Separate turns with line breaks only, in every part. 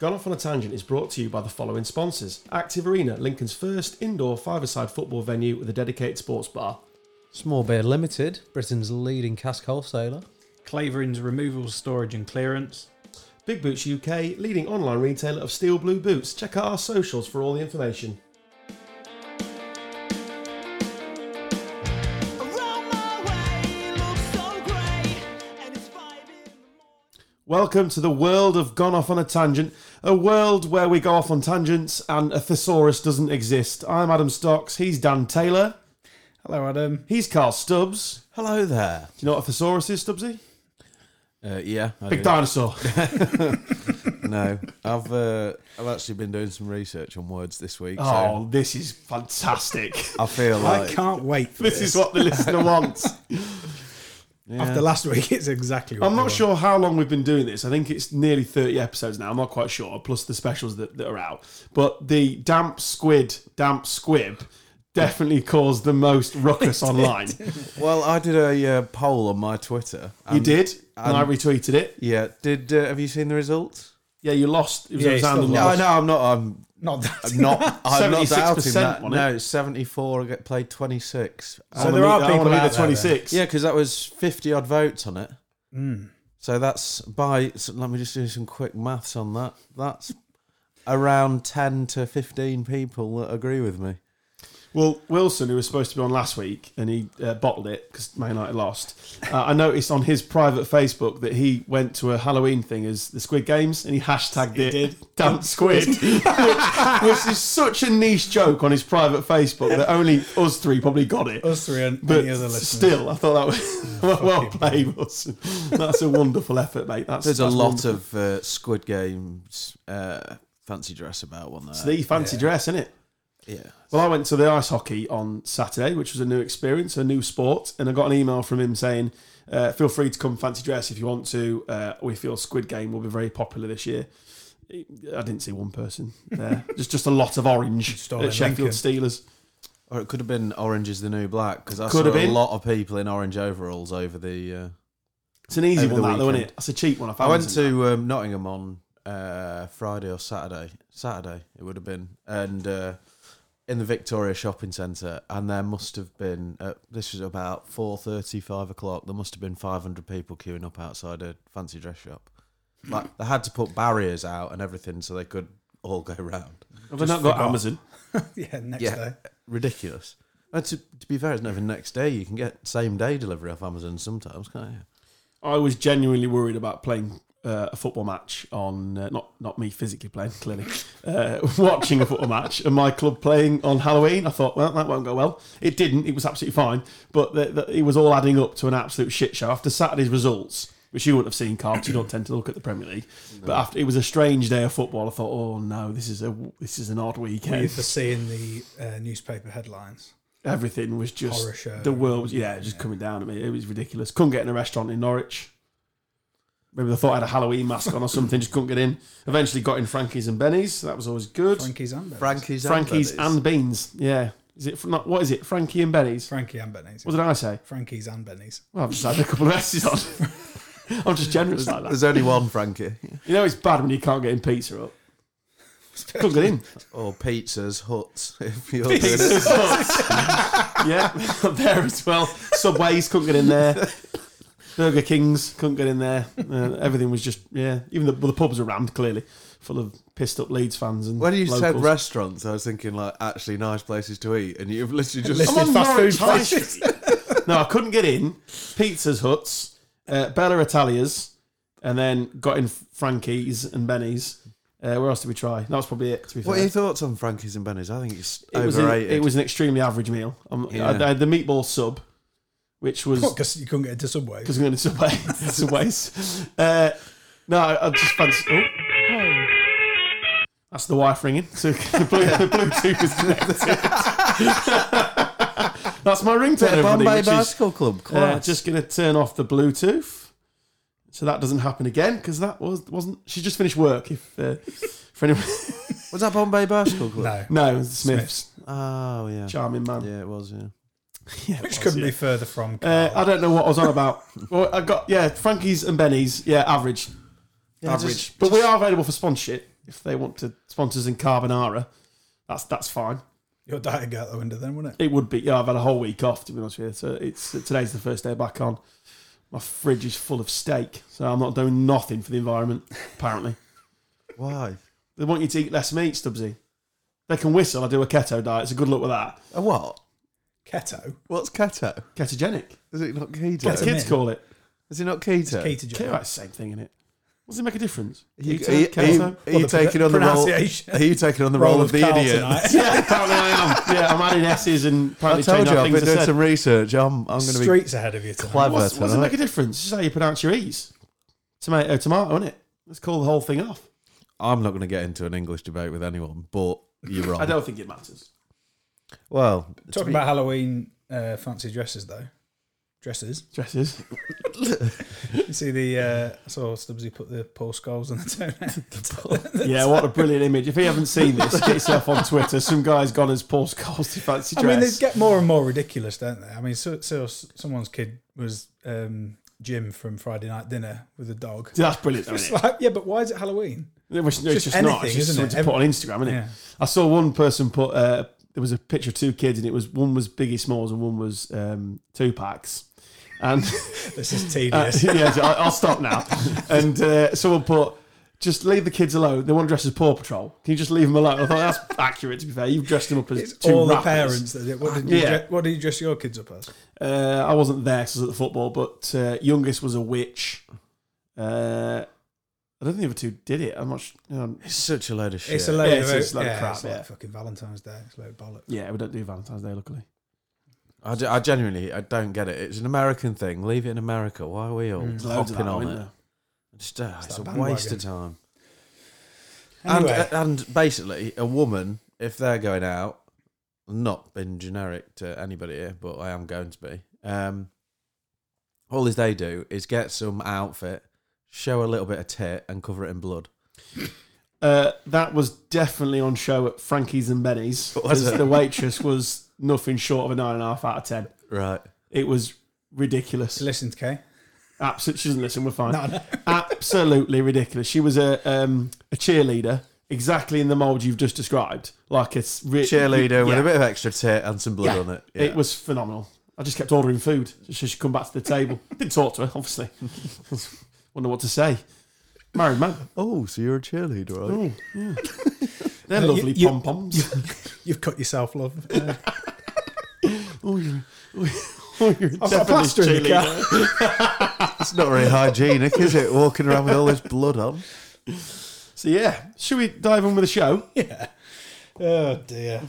Gone Off on a Tangent is brought to you by the following sponsors Active Arena, Lincoln's first indoor five-a-side football venue with a dedicated sports bar.
Small Beer Limited, Britain's leading cask wholesaler.
Clavering's removal, storage, and clearance.
Big Boots UK, leading online retailer of steel blue boots. Check out our socials for all the information. Welcome to the world of Gone Off on a Tangent, a world where we go off on tangents and a thesaurus doesn't exist. I'm Adam Stocks, he's Dan Taylor,
Hello, Adam.
he's Carl Stubbs.
Hello there.
Do you know what a thesaurus is, Stubbsy?
Uh, yeah. I
Big
do.
dinosaur.
No, I've uh, I've actually been doing some research on words this week.
Oh, this is fantastic.
So I feel
I
like
can't wait for this.
this is what the listener wants.
yeah.
After last week, it's exactly what
I'm
I
not
want.
sure how long we've been doing this. I think it's nearly 30 episodes now. I'm not quite sure, plus the specials that, that are out. But the damp squid, damp squib definitely caused the most ruckus online.
Well, I did a uh, poll on my Twitter.
You
and-
did, and I retweeted it.
Yeah. Did uh, have you seen the results?
Yeah, you lost. It was
Yeah,
a
you
sound
still
and
No,
loss.
no, I'm not. I'm,
Not that.
I'm not. I'm not
76%
doubting that.
on it.
No, it's 74. I get played 26.
So there are people out
the
there then.
26.
Yeah, because that was 50 odd votes on it. So that's by, so let me just do some quick maths on that. That's around 10 to 15 people that agree with me.
Well, Wilson, who was supposed to be on last week, and he uh, bottled it because Man United lost. Uh, I noticed on his private Facebook that he went to a Halloween thing as the Squid Games, and he hashtagged it
did.
"Damp Squid," which, which is such a niche joke on his private Facebook that only us three probably got it.
Us three and
But
any other listeners.
still, I thought that was well, well played, Wilson. That's a wonderful effort, mate. That's
There's a
that's
lot
wonderful.
of uh, Squid Games uh, fancy dress about one there.
It's the fancy dress, isn't it?
yeah.
Well, I went to the ice hockey on Saturday, which was a new experience, a new sport, and I got an email from him saying, uh, "Feel free to come fancy dress if you want to. Uh, we feel Squid Game will be very popular this year." I didn't see one person there. just just a lot of orange
Stolen
at Sheffield
Lincoln.
Steelers.
Or it could have been Orange is the New Black because I
Could
saw
have
a
been.
lot of people in orange overalls over the. Uh,
It's an easy
Over the
one, that though, isn't
weekend.
it? That's a cheap one. I
I
found.
went
isn't it?
to um, Nottingham on uh, Friday or Saturday. Saturday it would have been, and uh, in the Victoria Shopping Centre, and there must have been. Uh, this was about four thirty, five o'clock. There must have been five hundred people queuing up outside a fancy dress shop. Like they had to put barriers out and everything so they could all go round.
Have I not got
forgot.
Amazon?
yeah, next day.
ridiculous. And to, to be fair, it's not even next day. You can get same day delivery off Amazon sometimes, can't you?
I was genuinely worried about playing uh, a football match on uh, not not me physically playing clearly uh, watching a football match and my club playing on Halloween. I thought, well, that won't go well. It didn't. It was absolutely fine, but th th it was all adding up to an absolute shit show after Saturday's results. Which you wouldn't have seen, Carl. 'cause You don't tend to look at the Premier League, but after it was a strange day of football. I thought, oh no, this is a this is an odd
Were you
weekend.
for seeing the uh, newspaper headlines?
Everything was just
Horror show.
the world. Was, yeah, just coming down at me. It was ridiculous. Couldn't get in a restaurant in Norwich. Maybe they thought I had a Halloween mask on or something. Just couldn't get in. Eventually got in Frankie's and Benny's. That was always good.
Frankie's and Benny's.
Frankie's,
Frankie's
Benny's.
and Beans. Yeah. Is it fr- not? What is it? Frankie and Benny's.
Frankie and Benny's.
What did I say?
Frankie's and Benny's.
Well, I've just had a couple of S's on. I'm just generous like that.
There's only one Frankie.
You know it's bad when you can't get in pizza up. Couldn't get in.
or pizzas, huts. If you're doing it.
Pizza's Hut. yeah, there as well. Subways couldn't get in there. Burger Kings couldn't get in there. Uh, everything was just yeah. Even the, well, the pubs were rammed clearly, full of pissed up Leeds fans and.
When you said
locals.
restaurants, I was thinking like actually nice places to eat, and you've literally just
I'm
Listed
on
fast food
Norwich High
places.
Street. no, I couldn't get in. Pizzas Huts, uh, Bella Italia's, and then got in Frankie's and Benny's. Uh, where else did we try? That was probably it. To be fair.
What are your thoughts on Frankie's and Benny's? I think it's
it was, an,
overrated.
it was an extremely average meal. Um, I-
Yeah.
I had the meatball sub, which was
Because you couldn't get into Subway.
because I'm going to Subway. Subways. Uh, no, I, I just fancy. Oh. That's the wife ringing. So the, blue, the Bluetooth is connected. That's my ringtone,
Bit of
everybody.
Bombay
Which is,
Bicycle Club.
uh,
class.
just going to turn off the Bluetooth, so that doesn't happen again. Because that was wasn't. She just finished work. If uh, for anyone,
was that Bombay Bicycle Club?
No.
no, it was the Smiths.
Oh yeah,
Charming man.
yeah, it was. Yeah,
Yeah, it
Which
was,
couldn't
yeah.
be further from.
Uh,
Carl.
I don't know what I was on about. well, I got yeah, Frankie's and Benny's. Yeah, average.
Yeah,
average.
just-
but we are available for sponsorship if they want to sponsors in carbonara. That's that's fine.
Your diet would go out the window then, wouldn't it?
It would be. Yeah, I've had a whole week off to be honest with you. So it's today's the first day back on. My fridge is full of steak, so I'm not doing nothing for the environment. Apparently,
Why?
they want you to eat less meat, Stubbsy. They can whistle. I do a keto diet. So good luck with that.
A what?
Keto.
What's keto?
Ketogenic.
Is it not keto?
That's
Keto.
what kids
Ketomin.
call it.
Is it not
Keto.
keto?
Keto,
Joe.
that's the same thing, isn't it? Does it make a difference?
Are you,
Keto,
are you- are you-
keto?
are
Well,
you
the
taking on the role?
pronunciation.
Are you taking on the role, of, the
Carl
idiot?
tonight.
yeah, apparently I am. Yeah, I'm adding S's and
I
apparently
told
changing
you
out
I've
things
been
I
doing
said.
some research. I'm I'm going to be
Streets ahead of you tonight.
clever
What's, what does it
tonight.
make a difference? This is how you pronounce your E's. Tomato, tomato, isn't it? Let's call the whole thing off.
I'm not going to get into an English debate with anyone, but you're
I
wrong.
don't think it matters.
Well,
Talking about Halloween uh, fancy dresses, though. Dresses.
Dresses.
You see the uh, I saw Stubbsy put the Paul Scholes on the toe.
yeah, what a brilliant image. If you haven't seen this, get yourself on Twitter. Some guy's gone as Paul Scholes to fancy
I mean, they
dress.
get more and more ridiculous, don't they? I mean, so, so someone's kid was um, Jim from Friday Night Dinner with a dog.
that's brilliant, though,
It's
isn't it?
like, yeah, but why is it Halloween?
It's just, it's
just
just not.
anything,
It's just
isn't
something
it?
to put on Instagram, isn't it?
Yeah.
I saw one person put uh, there was a picture of two kids, and it was one was Biggie Smalls and one was um, two packs. And
This is
uh,
tedious.
yeah, so I- I'll stop now. And uh, someone put, just leave the kids alone. They want to dress as Paw Patrol. Can you just leave them alone? I thought that's accurate. To be fair, you've dressed them up as
it's
two
all the
rappers.
parents that did. What did, you
Yeah.
dress, what did you dress your kids up as?
Uh, I wasn't there 'cause I was at the football, but uh, youngest was a witch. Uh, I don't think the other two did it. I'm not. Sh- um,
it's such a load of shit.
It's a load
Yeah,
of
it's just a load of
yeah,
crap,
It's like
yeah.
fucking Valentine's Day. It's a load of bollocks.
yeah, we don't do Valentine's Day, luckily.
I, ge- I genuinely I don't get it. It's an American thing. Leave it in America. Why are we all
Mm.
Loads of that,
hopping on
weren't
it?
there?
Just, uh,
It's
it's,
that
a waste of time.
Anyway,
uh,
And uh, and basically, a woman, if they're going out, not been generic to anybody here, but I am going to be. Um, all is they do is get some outfit, show a little bit of tit, and cover it in blood.
Uh, that was definitely on show at Frankie's and Benny's.
Was
'cause
it?
The waitress was nothing short of a nine and a half out of ten.
Right.
It was ridiculous.
listen to Kay.
Absolutely, she doesn't listen. We're fine.
No, no.
Absolutely ridiculous. She was a um, a cheerleader, exactly in the mold you've just described. Like it's re-
Cheerleader with
Yeah.
a bit of extra tit and some blood
Yeah.
on it.
It was phenomenal. I just kept ordering food. She should come back to the table. Didn't talk to her, obviously. Wonder what to say. Married man.
Oh, so you're a cheerleader, right?
Ooh, yeah. They're
Uh, you-
lovely
you-
pom poms.
You've cut yourself, love. Uh,
Oh, you're, oh, you're
I've got a plaster in the car.
It's not very hygienic, is it? Walking around with all this blood on.
So yeah, should we dive on with the show?
yeah. Oh dear.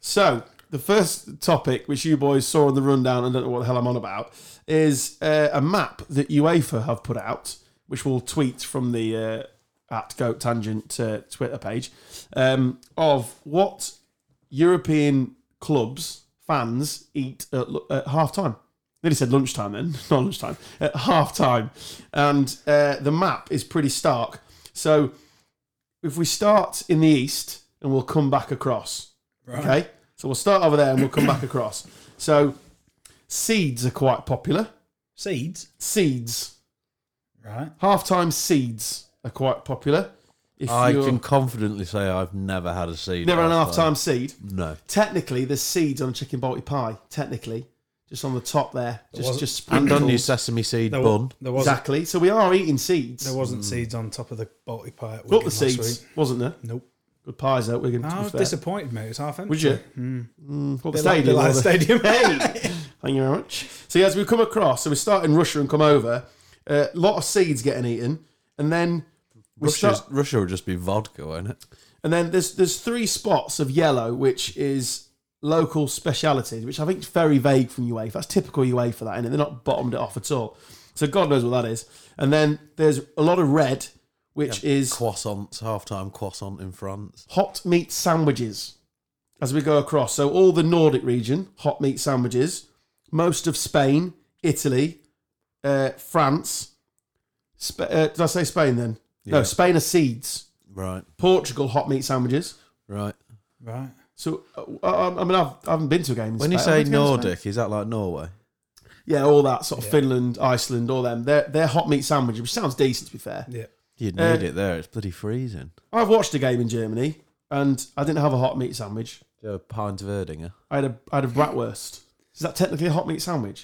So the first topic, which you boys saw on the rundown, and don't know what the hell I'm on about, is uh, a map that UEFA have put out, which we'll tweet from the uh, at Goat Tangent uh, Twitter page, um, of what European clubs fans eat at, lu- at half time. Nearly said lunchtime then, not lunchtime, at half time. And uh, the map is pretty stark. So if we start in the east and we'll come back across,
Right.
okay? So we'll start over there and we'll come back across. So seeds are quite popular.
Seeds.
Seeds,
Right.
half time seeds are quite popular. If
I
you're
can confidently say I've never had a seed.
never an
half-time.
half time seed,
No.
Technically, there's seeds on a chicken balti pie. Technically, just on the top there, just
wasn't-
just
And on
sprinkled.
your sesame seed
There, wa-
bun.
there wasn't.
Exactly. So we are eating seeds.
There wasn't seeds on top of the Baltic pie. At
Got
Wigan
Mm. the
last
seeds,
Week.
wasn't there?
Nope.
Good pies out Wigan.
I
To be
was
fair.
Oh, disappointed, mate. It's half empty.
Would you?
Mm.
Mm, well, the
They like- they
stadium.
like
or
the
the- Hey,
stadium.
thank you very much. So yeah, as we come across, so we start in Russia and come over. A lot of seeds getting eaten, and then we
Russia's,
start,
Russia would just be vodka, won't it?
and then there's there's three spots of yellow, which is local specialities, which I think is very vague from UEFA. That's typical UEFA, that, and they're not bottomed it off at all. So God knows what that is. And then there's a lot of red, which is
Croissants, half-time croissant in France.
hot meat sandwiches as we go across. So all the Nordic region, hot meat sandwiches. Most of Spain, Italy, uh, France. Sp- uh, did I say Spain then? No,
Yeah.
Spain are seeds.
Right,
Portugal hot meat sandwiches.
right.
Right.
So uh, I, I mean, I've, I haven't been to a game. In
When you
Spain. I've
say
been to a game in Spain.
Nordic, is that like Norway?
yeah, all that sort of
Yeah.
Finland, Iceland, all them. They're they're hot meat sandwiches, which sounds decent to be fair.
Yeah.
You'd need
Uh,
it there. It's bloody freezing.
I've watched a game in Germany, and I didn't have a hot meat sandwich.
Do you have a pint of Erdinger?
I had a I had a bratwurst. Is that technically a hot meat sandwich?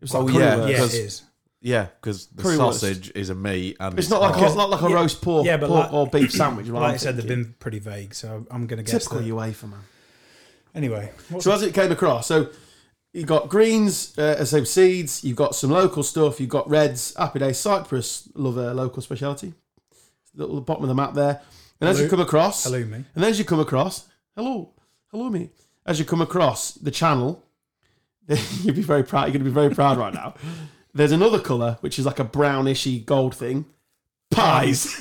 It was
Oh,
like currywurst.
yeah,
yeah, it
because-
is.
Yeah, because the
Currywurst.
sausage is a meat and
It's not like a,
hot.
it's not like a
Yeah.
roast pork,
Yeah, but
pork
like-
or beef sandwich. is what
like
I'm
I said, they've
thinking.
been pretty vague, so I'm going to guess.
typical
that-
UEFA man.
Anyway, what's
So as it came across, so you got greens, uh, so seeds. You've got some local stuff. You've got reds, happy day, Cyprus, love a local speciality. Little the bottom of the map there, and as you
Hello.
come across,
hello me?
and as you come across, hello, hello me. As you come across the channel, you'd be very proud. You're going to be very proud right now. There's another colour which is like a brownishy gold thing, pies.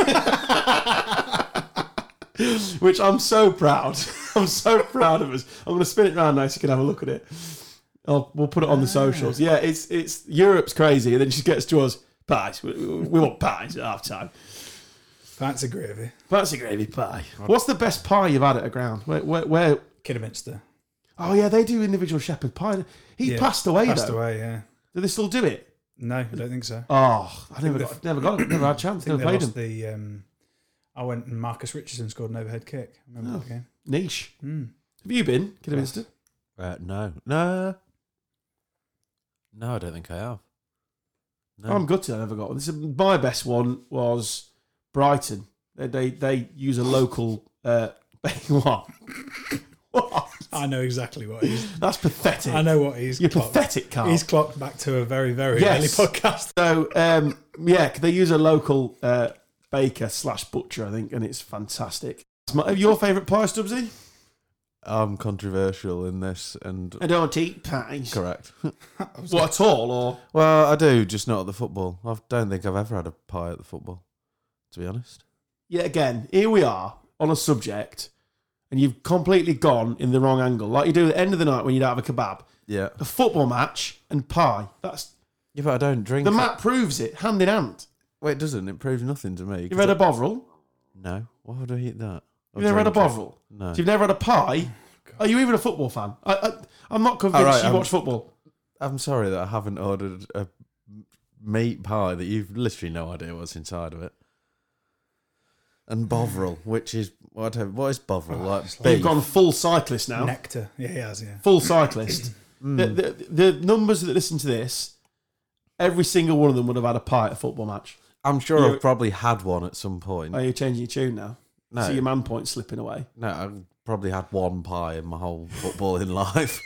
Which I'm so proud. I'm so proud of us. I'm going to spin it round now so you can have a look at it. I'll, we'll put it
Ah.
on the socials. Yeah, it's it's Europe's crazy, and then she gets to us pies. We, we want pies at half time.
That's a gravy.
That's a gravy pie. What's the best pie you've had at a ground? Where, where, where?
Kidderminster.
Oh yeah, they do individual shepherd pie. He
Yeah,
passed away
Passed
though.
away. Yeah.
Do they still do it?
No, I don't think so.
Oh, I never,
they-
got, never got, it. never had a
I
chance.
think
Never
they
played
lost
them.
the. Um, I went and Marcus Richardson scored an overhead kick. I remember
Oh.
that game.
Niche.
Mm.
Have you been? Kidderminster?
Uh, no, no, no. I don't think I
Oh.
have. No.
I'm gutted I never got one. This is, my best one was Brighton. They they, they use a local uh, what? what?
I know exactly what he's.
That's pathetic.
I know what he's.
You're
clocked.
pathetic, Carl.
He's clocked back to a very, very
Yes.
early podcast.
So um, yeah, they use a local uh, baker slash butcher, I think, and it's fantastic. It's my- your favourite pie, Stubbsy?
I'm controversial in this, and
I don't eat pies.
correct.
What at all? Or
Well, I do, just not at the football. I don't think I've ever had a pie at the football, to be honest.
yet again, here we are on a subject, and you've completely gone in the wrong angle, like you do at the end of the night when you don't have a kebab.
Yeah,
a football match and pie. That's
yeah, but I don't drink.
the
it.
map proves it hand in hand.
Well, it doesn't. It proves nothing to me. 'cause
You've had
I-
a bovril.
no. Why would I eat that? Or
You've never had a
drink it?
bovril.
No.
You've never had a pie. Are you even a football fan? I, I, I'm not convinced
All right,
you
I'm-
watch football.
I'm sorry that I haven't ordered a meat pie that you've literally no idea what's inside of it. And bovril, which is what? I don't- What is bovril like?
You've
beef.
gone full cyclist now.
Nectar. Yeah, he has. Yeah.
Full cyclist.
Hmm.
the, the, the numbers that listen to this, every single one of them would have had a pie at a football match.
I'm sure
You're-
I've probably had one at some point.
Are you changing your tune now?
no,
See your man point slipping away.
no, I've probably had one pie in my whole footballing life.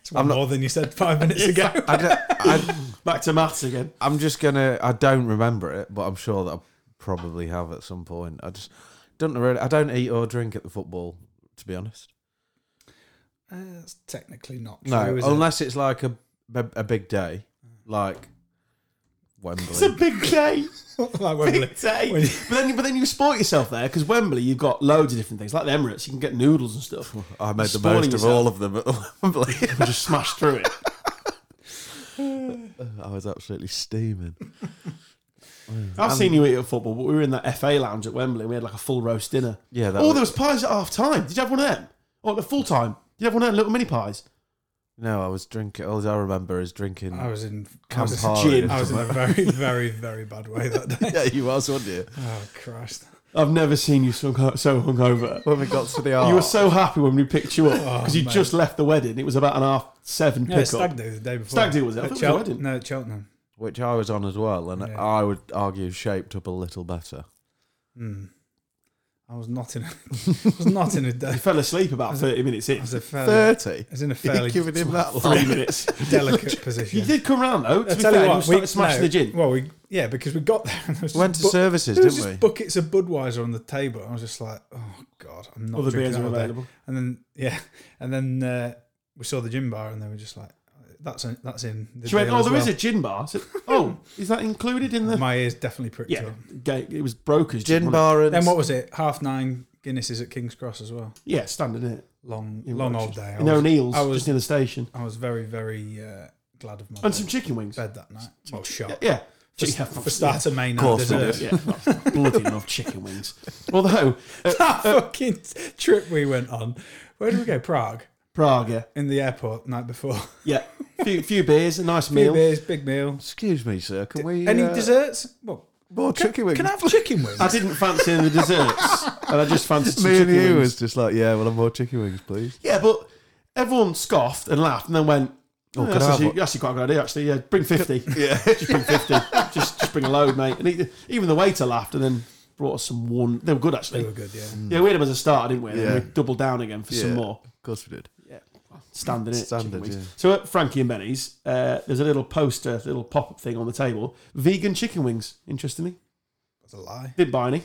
It's one more than you said five minutes ago.
I don't, I,
Back to maths again.
I'm just gonna. I don't remember it, but I'm sure that I probably have at some point. I just don't really. I don't eat or drink at the football, to be honest.
Uh, That's technically not true.
No,
is it? Mm.
unless it's like a, a a big day, like
It's a
Wembley.
big day.
like Wembley.
Big day.
When you-
But then, but then you sport yourself there because Wembley, you've got loads of different things like the Emirates. You can get noodles and stuff.
I made the
Spoiling
most of
yourself.
all of them at Wembley.
and just smash through it.
I was absolutely steaming.
I've seen you eat at football, but we were in that FA lounge at Wembley. and We had like a full roast dinner.
Yeah, that
oh,
was-
there was pies at half time. Did you have one of them? Or at full time? Did you have one of them little mini pies?
No, I was drinking. All I remember is drinking.
I was in I
Camp
was,
Hardy.
I was in a very, very, very bad way that day.
yeah, you was, wasn't you?
Oh Christ!
I've never seen you so, so hungover. Oh.
When we got to the art,
You were so happy when we picked you up
Oh,
because you
mate.
just left the wedding. It was about an half seven
No,
pickup.
Stag Do the day before.
Stag Do was it? I thought
At
it was
Chel-
a wedding.
No, at Cheltenham.
which I was on as well, and
Yeah.
I would argue shaped up a little better.
Hmm. I was not in. A, I was not in a
you
day.
fell asleep about
As a-
thirty minutes
I
in.
was a fairly.
Thirty.
I was in a
You're
fairly
giving him that
Three
line.
minutes.
delicate
You
position.
did come round though. To
I
be
tell
fair,
you
you
what,
started
we
smashing
no,
the gin.
Well, we yeah, because we got there. And there was
Went to
just bu-
services,
there was
didn't
just
we?
buckets of Budweiser on the table. I was just like, oh god, I'm not.
Other
drinking
beers were
that all day.
available.
And then yeah, and then uh, we saw the gin bar, and they were just like, "That's in, that's in." The
She went,
deal
"Oh,
as
there is
well."
a gin bar." I said, "Oh, is that included in the?"
My ears definitely pricked
Yeah,
up.
ga- it was brokers.
Gin
wasn't it?
bar and
Then what was it? Half nine Guinnesses at King's Cross as well.
Yeah, standing in it.
Long,
In
long
Rochester.
old day. I
In
was,
O'Neill's,
I was-
just in the station,
I was very, very uh, glad of my
and
bed-
some chicken wings.
bed that night.
Yeah,
Well, shot
yeah.
for,
Yeah,
for starter main and
course we
dessert.
Yeah, I bloody love chicken wings. Although uh,
That fucking trip we went on. Where did we go? Prague.
Prague, yeah.
In the airport night before.
yeah, few few beers, a nice
Big
meal.
beers, big meal.
Excuse me, sir. Can we
Any
uh,
desserts? Well,
More chicken wings.
Can I have chicken wings?
I didn't fancy any desserts, and I just fancied some
Me and
chicken
you
wings.
was just like, yeah, well, have more chicken wings, please.
Yeah, but everyone scoffed and laughed, and then went.
Oh,
"Oh,
could
that's,
I have
actually,
one?"
that's actually quite a good idea, actually. Yeah, bring 50.
Yeah.
just bring 50. just, just bring a load, mate. And he, even the waiter laughed and then brought us some one. They were good,
They
actually.
were good, yeah.
Yeah, we had them as a starter, didn't we? And then
Mm. Yeah.
we doubled down again for some
Yeah.
more.
Of course we did.
Standard, it.
Standard,
chicken wings.
yeah.
So at Frankie and Benny's, uh, there's a little poster, a little pop up thing on the table. Vegan chicken wings, interestingly.
That's a lie.
Didn't buy any.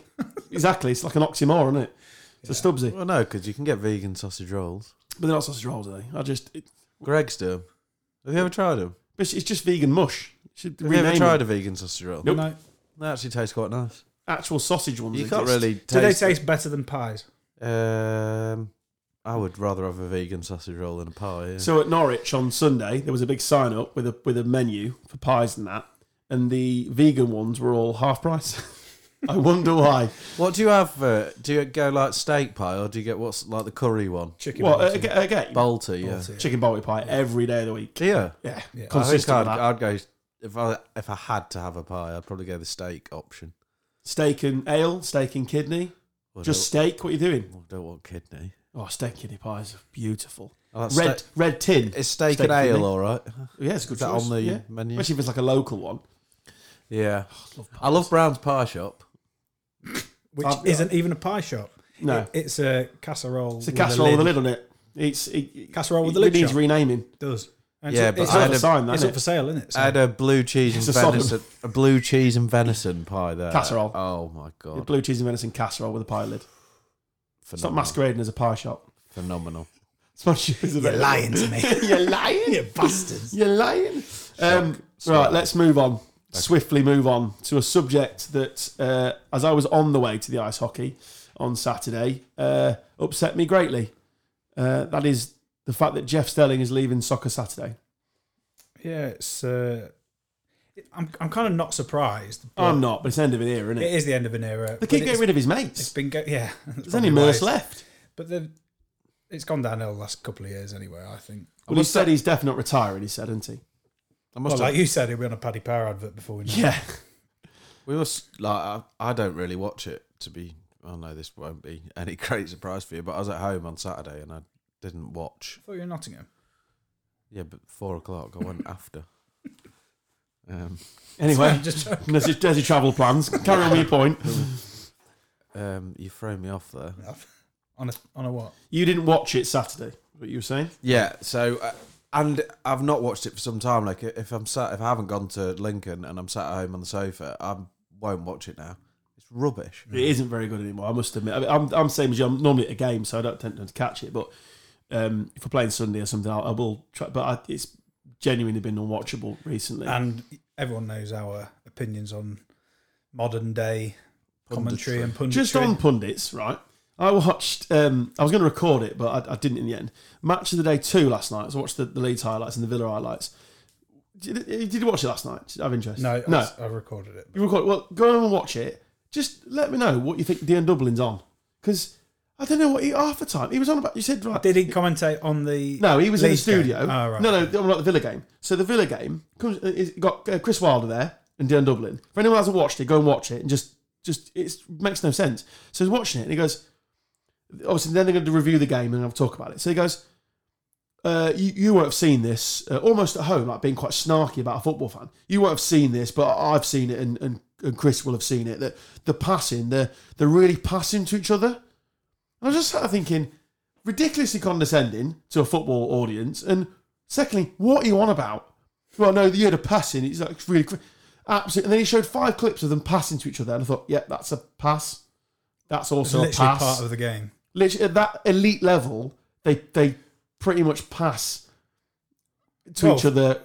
exactly. It's like an oxymoron, isn't it? It's a Stubbsy.
Well, no, because you can get vegan sausage rolls.
But they're not sausage rolls, are they? I just, it,
Greg's do 'em. Have you ever tried them?
it's it's just vegan mush. Should
Have you
rename
ever tried
them.
a vegan sausage roll?
Nope.
No.
They actually taste quite nice.
Actual sausage ones.
You can't
exist.
really taste.
Do they taste better than pies?
Um, I would rather have a vegan sausage roll than a pie. Yeah.
So at Norwich on Sunday, there was a big sign up with a with a menu for pies and that, and the vegan ones were all half price. I wonder why.
what do you have? Uh, do you go like steak pie, or do you get what's like the curry one?
Chicken
Well,
wings.
uh, aga- again,
Balti, yeah.
Balti.
chicken bolty pie every day of the week.
Yeah,
Yeah,
Yeah.
I think
consistent. with
I'd,
that.
I'd go if I if I had to have a pie, I'd probably go the steak option.
steak and ale, steak and kidney,
Well,
just steak. What are you doing?
don't, well, don't want kidney.
Oh, steak and kidney pies are beautiful.
I like
Red
steak-
red tin.
is steak,
steak
and ale
kidney.
all right?
Yeah, it's a good
Is that
choice.
on the
yeah.
menu?
Especially if it's like a local one.
Yeah, Oh, I love Brown's Pie Shop.
which
I've-
isn't even a pie shop.
No,
It- it's a casserole.
it's a casserole with a lid on it. It's it,
Casserole with
it
a lid
needs
shop.
renaming.
It does. And
Yeah,
up-
but
it's,
I
up,
had a-
for-
sign, that,
it's
innit?
up for sale, isn't it? So
I had a blue cheese and
It's a sodden.
venison, a blue cheese and venison pie there.
Casserole.
Oh my god,
Blue cheese and venison casserole with a pie lid. It's not
phenomenal!
masquerading as a pie shop.
phenomenal.
It's not cheap, is it?
you're lying to me.
You're lying.
you bastards.
You're lying. Um, right,
Sorry.
let's move on. Swiftly move on to a subject that, uh, as I was on the way to the ice hockey on Saturday, uh, upset me greatly. Uh, that is the fact that Jeff Stelling is leaving Soccer Saturday.
Yeah, it's. Uh, I'm, I'm kind of not surprised. but
I'm not, but it's the end of an era, isn't
It
it?
is the end of an era.
Oh, They
but
keep
it's-
getting rid of his
It's
mates.
been go- yeah. that's
There's only
probably why
Merce
it's-
left.
But the it's gone downhill the last couple of years anyway. I think.
Well, he said he's definitely not retiring, he said, isn't
I must
Well,
have-
like you said, he'll be on a Paddy Power advert before we know.
he? Yeah.
We must like I, I don't really watch it to be. I know this won't be any great surprise for you, but I was at home on Saturday and I didn't watch.
I thought you were in Nottingham.
Yeah, but four o'clock I went after. Um,
Anyway,
just
there's his, there's his travel plans. Carry on with your point.
um, you throw me off there.
on a on a what?
You didn't watch it Saturday, what you were saying?
Yeah, so uh, and I've not watched it for some time. Like if I'm sat, if I haven't gone to Lincoln and I'm sat at home on the sofa, I won't watch it now. It's rubbish.
It isn't very good anymore. I must admit. I mean, I'm I'm same as you. I'm normally at a game, so I don't tend to catch it. But um, if we're playing Sunday or something, I'll, I will try. But I, it's genuinely been unwatchable recently.
And everyone knows our opinions on modern day commentary and punditry.
Just on pundits, right? I watched. Um, I was going to record it, but I, I didn't in the end. Match of the day two last night. So I watched the, the Leeds highlights and the Villa highlights. Did, did you watch it last night? Out of interest?
no,
no.
I, I recorded it.
You record. Well, go home and watch it. Just let me know what you think. Dean Dublin's on because I don't know what he half the time he was on about. You said right.
Did he commentate on the?
No, he was
Leeds
in the
game?
studio.
Oh, right.
No, no, I'm not the Villa game. So the Villa game comes, it's got uh, Chris Wilder there and Dion Dublin. If anyone hasn't watched it, go and watch it and just just it makes no sense. So he's watching it and he goes, obviously then they're going to review the game and have a talk about it. So he goes, uh, you, you won't have seen this uh, almost at home, like being quite snarky about a football fan. You won't have seen this, but I- I've seen it, and, and, and Chris will have seen it. That the passing, they're they're really passing to each other. And I was just sat there thinking, ridiculously condescending to a football audience. And secondly, what are you on about? Well, no, you had a passing. It's like it's really cr- absolute. And then he showed five clips of them passing to each other, and I thought, yeah, that's a pass. That's
It's
also a
literally
pass
part of the game.
literally at that elite level, they they pretty much pass to
Well,
each other.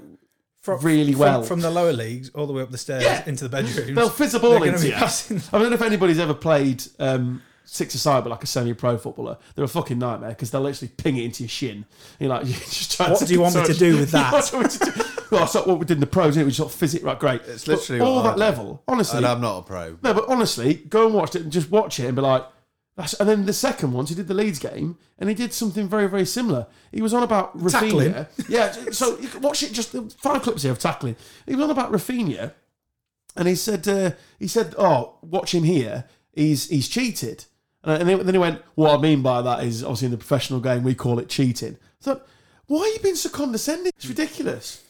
From,
Really
from-
well.
from the lower leagues all the way up the stairs
Yeah.
into the bedrooms.
They'll fizz a ball
they're gonna
into
be
you.
passing.
I don't know if anybody's ever played um, six aside, but like a semi-pro footballer, they're a fucking nightmare because they'll literally ping it into your shin. And you're like, you're just trying
What
to
do you want me to do with that?
What do you want me to do? well, it's not what we did in the pros. It? We just sort of fizz it right, great.
It's
But
literally
all
what I
that
do.
level. Honestly,
And um, I'm not a pro.
No, but honestly, go and watch it and just watch it and be like, that's. And then the second ones, he did the Leeds game and he did something very, very similar. He was on about Rafinha.
Tackling.
Yeah, so you can watch it just five clips here of tackling. He was on about Rafinha and he said, uh, he said, oh, watch him here. He's he's cheated. And, I- and then- then he went, what I mean by that is obviously in the professional game we call it cheating. I thought, why are you being so condescending? It's ridiculous.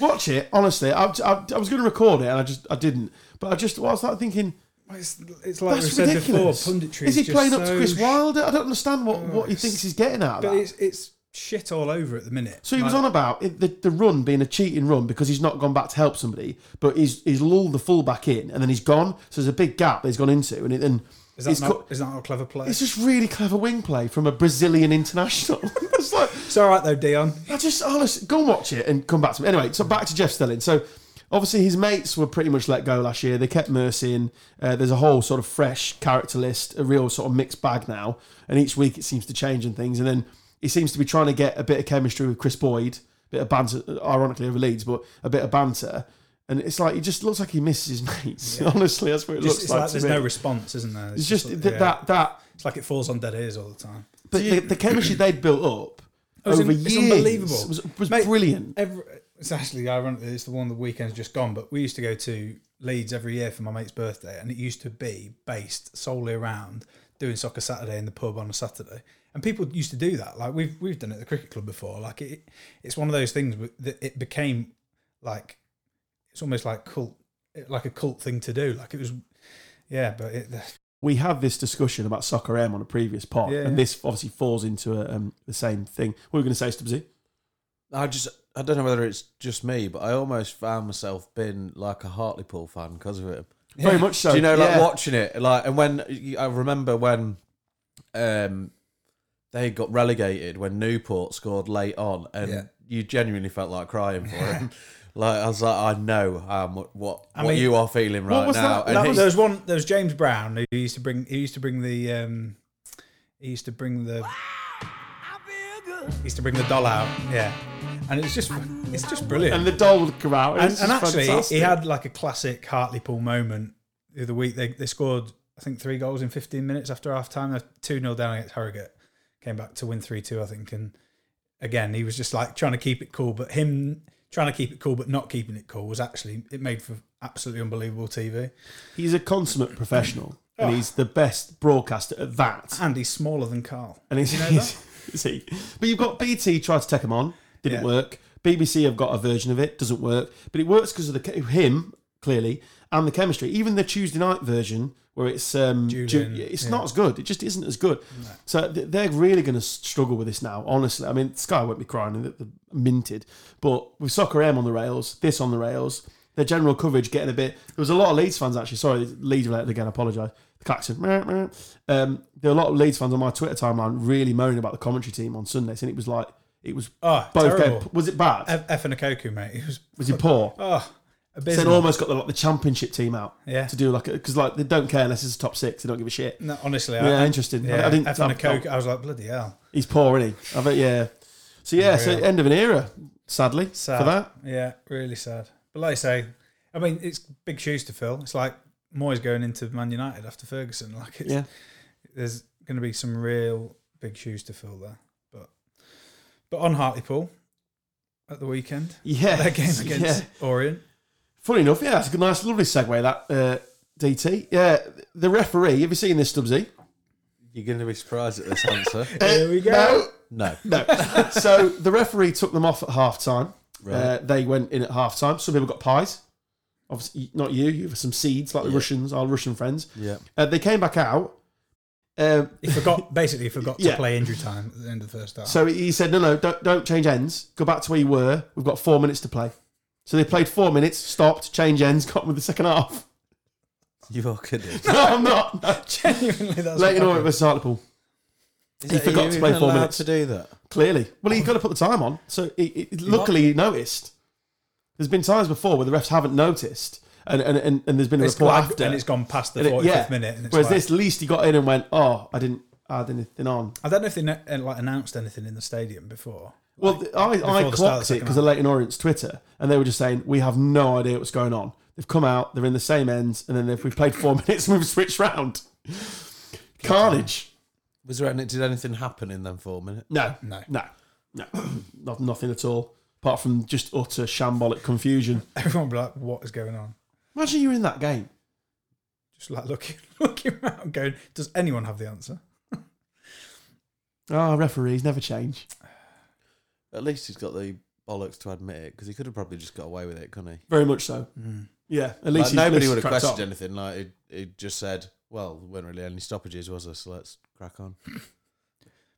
Watch it, honestly. I, I, I was going to record it and I just I didn't. But I just well, I started thinking
Well, It's, it's like
that's
we said
ridiculous.
before, punditry
is he
just
playing
so
up to Chris
sh- Oh,
Wilder? I don't understand what, what he
it's-
thinks he's getting out of
But
that.
it's it's shit all over at the minute.
So he was
Like,
on about it, the, the run being a cheating run because he's not gone back to help somebody, but he's he's lulled the fullback in and then he's gone. So there's a big gap that he's gone into, and, it, and
Is that
it's
not
co-
is that not a clever play?
it's
It's,
just really clever wing play from a Brazilian international. it's like
all right though, Dion.
I just honestly go and watch it and come back to me. Anyway, so back to Jeff Stelling. So obviously his mates were pretty much let go last year. They kept Mercy in. Uh, there's a whole sort of fresh character list, a real sort of mixed bag now. And each week it seems to change and things. And then he seems to be trying to get a bit of chemistry with Chris Boyd, bit of banter, ironically over Leeds, but a bit of banter. And it's like he just looks like he misses his mates. Honestly, that's what it
Just,
looks
it's
like.
like
to
there's
me.
no response, isn't there?
it's just
like-
th-
yeah.
that that.
It's like it falls on dead ears all the time.
But the, the chemistry they'd built up
It was
over
un- Oh, it's
years
unbelievable.
was, was
Mate,
brilliant.
Every, it's actually ironically it's the one the weekend's just gone, but we used to go to Leeds every year for my mate's birthday, and it used to be based solely around doing soccer Saturday in the pub on a Saturday, and people used to do that. Like we've we've done it at the cricket club before. Like it, it's one of those things with- that it became like it's almost like cult, like a cult thing to do. Like it was, yeah. But it,
we had this discussion about soccer M on a previous pod,
Yeah,
and
yeah.
this obviously falls into a, um, the same thing. What were you going to say, Stubbsy?
I just I don't know whether it's just me, but I almost found myself being like a Hartlepool fan because of it.
Very much so.
Do you know, like
yeah.
watching it, like, and when you- I remember when, um, they got relegated when Newport scored late on, and
Yeah.
you genuinely felt like crying for him. like I was like, I know how mu- what
I
what
mean,
you are feeling right
was
now.
that-
And
that
he-
was-
there was one. There was James Brown who used to bring. He used to bring the. Um, he used to bring the. He used to bring the doll out. Yeah, and it's just it's just brilliant.
And the doll would come out,
And,
and,
and actually,
fantastic.
he had like a classic Hartlepool moment the other week. They, they scored, I think, three goals in 15 minutes after half time. They're 2 0 down against Harrogate. Came back to win 3 2, I think. And again, he was just like trying to keep it cool. But him trying to keep it cool, but not keeping it cool, was actually, it made for absolutely unbelievable TV.
he's a consummate professional,
Oh.
and he's the best broadcaster at that.
And he's smaller than Carl.
And he's,
Ah, you know
he's- is he? But you've got BT tried to take him on, didn't
Yeah.
work. BBC have got a version of it, doesn't work. But it works because of the che- him clearly and the chemistry. Even the Tuesday night version where it's um, Ju-
Julian,
it's
yeah.
not as good. It just isn't as good. So th- they're really going to struggle with this now. Honestly, I mean, Sky won't be crying and they're minted, but with Soccer M on the rails, this on the rails. Their general coverage getting a bit. There was a lot of Leeds fans actually. Sorry, Leeds related again. I apologise. The klaxon. meh, meh. Um, there were a lot of Leeds fans on my Twitter timeline really moaning about the commentary team on Sunday, saying it was like it was
Oh,
both.
terrible.
Game, was it bad?
F- F and Okoku, mate. He was,
was it poor?
oh,
Then
abysmal.
almost got the, like, the championship team out
Yeah.
to do like because like they don't care unless it's a top six. They don't give a shit.
No, honestly,
Yeah,
I,
interesting.
yeah,
I, I didn't.
F and
I've- I've-
Okoku, I was like, bloody hell.
He's poor, isn't he? I bet, yeah. So yeah, so
Unreal.
end of an era, sadly,
Sad.
for that.
Yeah, really sad. But like I say, I mean, it's big shoes to fill. It's like Moyes going into Man United after Ferguson. Like, it's,
Yeah.
there's going to be some real big shoes to fill there. But but on Hartlepool at the weekend,
Yeah.
their game against
Yeah.
Orient.
Funny enough, yeah, that's a good, nice, lovely segue. That uh, DT. Yeah, the referee. Have you seen this, E? Stubbsy?
you're going to be surprised at this answer.
Here we go.
Eh, no,
Eh, No. no. so the referee took them off at half time. Uh,
Right.
they went in at half time. Some people got pies. Obviously, not you. You have some seeds, like the
Yeah.
Russians, our Russian friends.
yeah,
Uh, they came back out. Um,
He forgot, basically, he forgot to
Yeah.
play injury time at the end of the first half.
So he said, "No, no, don't don't change ends. Go back to where you were. We've got four minutes to play." So they played four minutes, stopped, changed ends, got on with the second half.
you're kidding.
No, I'm not.
genuinely, that's
Late in order
what happened.
versus Hartlepool. He
Are
forgot
you
to play
even
four
allowed
minutes.
to do that.
Clearly, well, he's got to put the time on. So he, he- luckily, he noticed. There's been times before where the refs haven't noticed, and and, and, and there's been a
It's
report
like-
after,
and it's gone past the
And it-
45th
yeah.
minute. And it's
Whereas
like-
this, at least he got in and went, "Oh, I didn't add anything on."
I don't know if they uh, like announced anything in the stadium before.
Well, th
before
I, I
the
clocked
start of the
it
second
because of Leighton Orient's Twitter, and they were just saying we have no idea what's going on. They've come out, they're in the same ends, and then if we've played four minutes, we've switched round. Carnage.
Was there any, did anything happen in them four minutes?
No,
No.
no, no, Not, nothing at all. Apart from just utter shambolic confusion.
Everyone would be like, what is going on?
Imagine you're in that game.
Just like looking, looking around, going, does anyone have the answer?
Oh, referees never change.
At least he's got the bollocks to admit it because he could have probably just got away with it, couldn't he?
Very much so.
Mm.
Yeah, at
Like,
least he's- at
nobody
least
would have
he's cracked
questioned
up.
anything. Like he he just said, "Well, there weren't really any stoppages, was there? So let's crack on."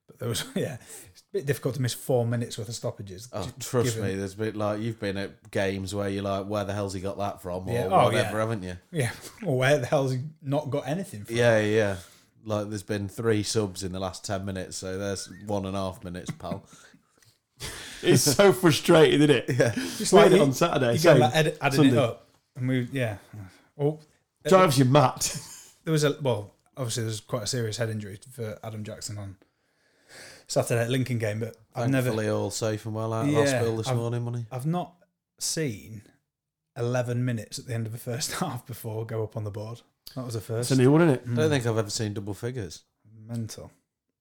But there was, yeah, it's a bit difficult to miss four minutes worth of stoppages.
Oh,
Just
trust
give
me,
him-
there's been like you've been at games where you're like, "Where the hell's he got that from?" or
Yeah. Oh,
whatever,
yeah.
haven't you?
Yeah, or where the hell's he not got anything from?
Yeah, yeah. Like there's been three subs in the last ten minutes, so there's one and a half minutes, pal.
It's so frustrating, isn't it?
yeah,
Just
We had it
you-
on Saturday,
You
same,
go like edit, adding it
Sunday.
up, and we yeah. Oh,
Drives you mad.
there was a well, obviously there was quite a serious head injury for Adam Jackson on Saturday at Lincoln game, but I've never,
Thankfully, all safe and well out of
Yeah,
hospital this
I've-
morning, money.
I've not seen eleven minutes at the end of the first half before go up on the board. That was the
It's
first.
a new one, isn't it?
I don't
Mm.
think I've ever seen double figures.
mental.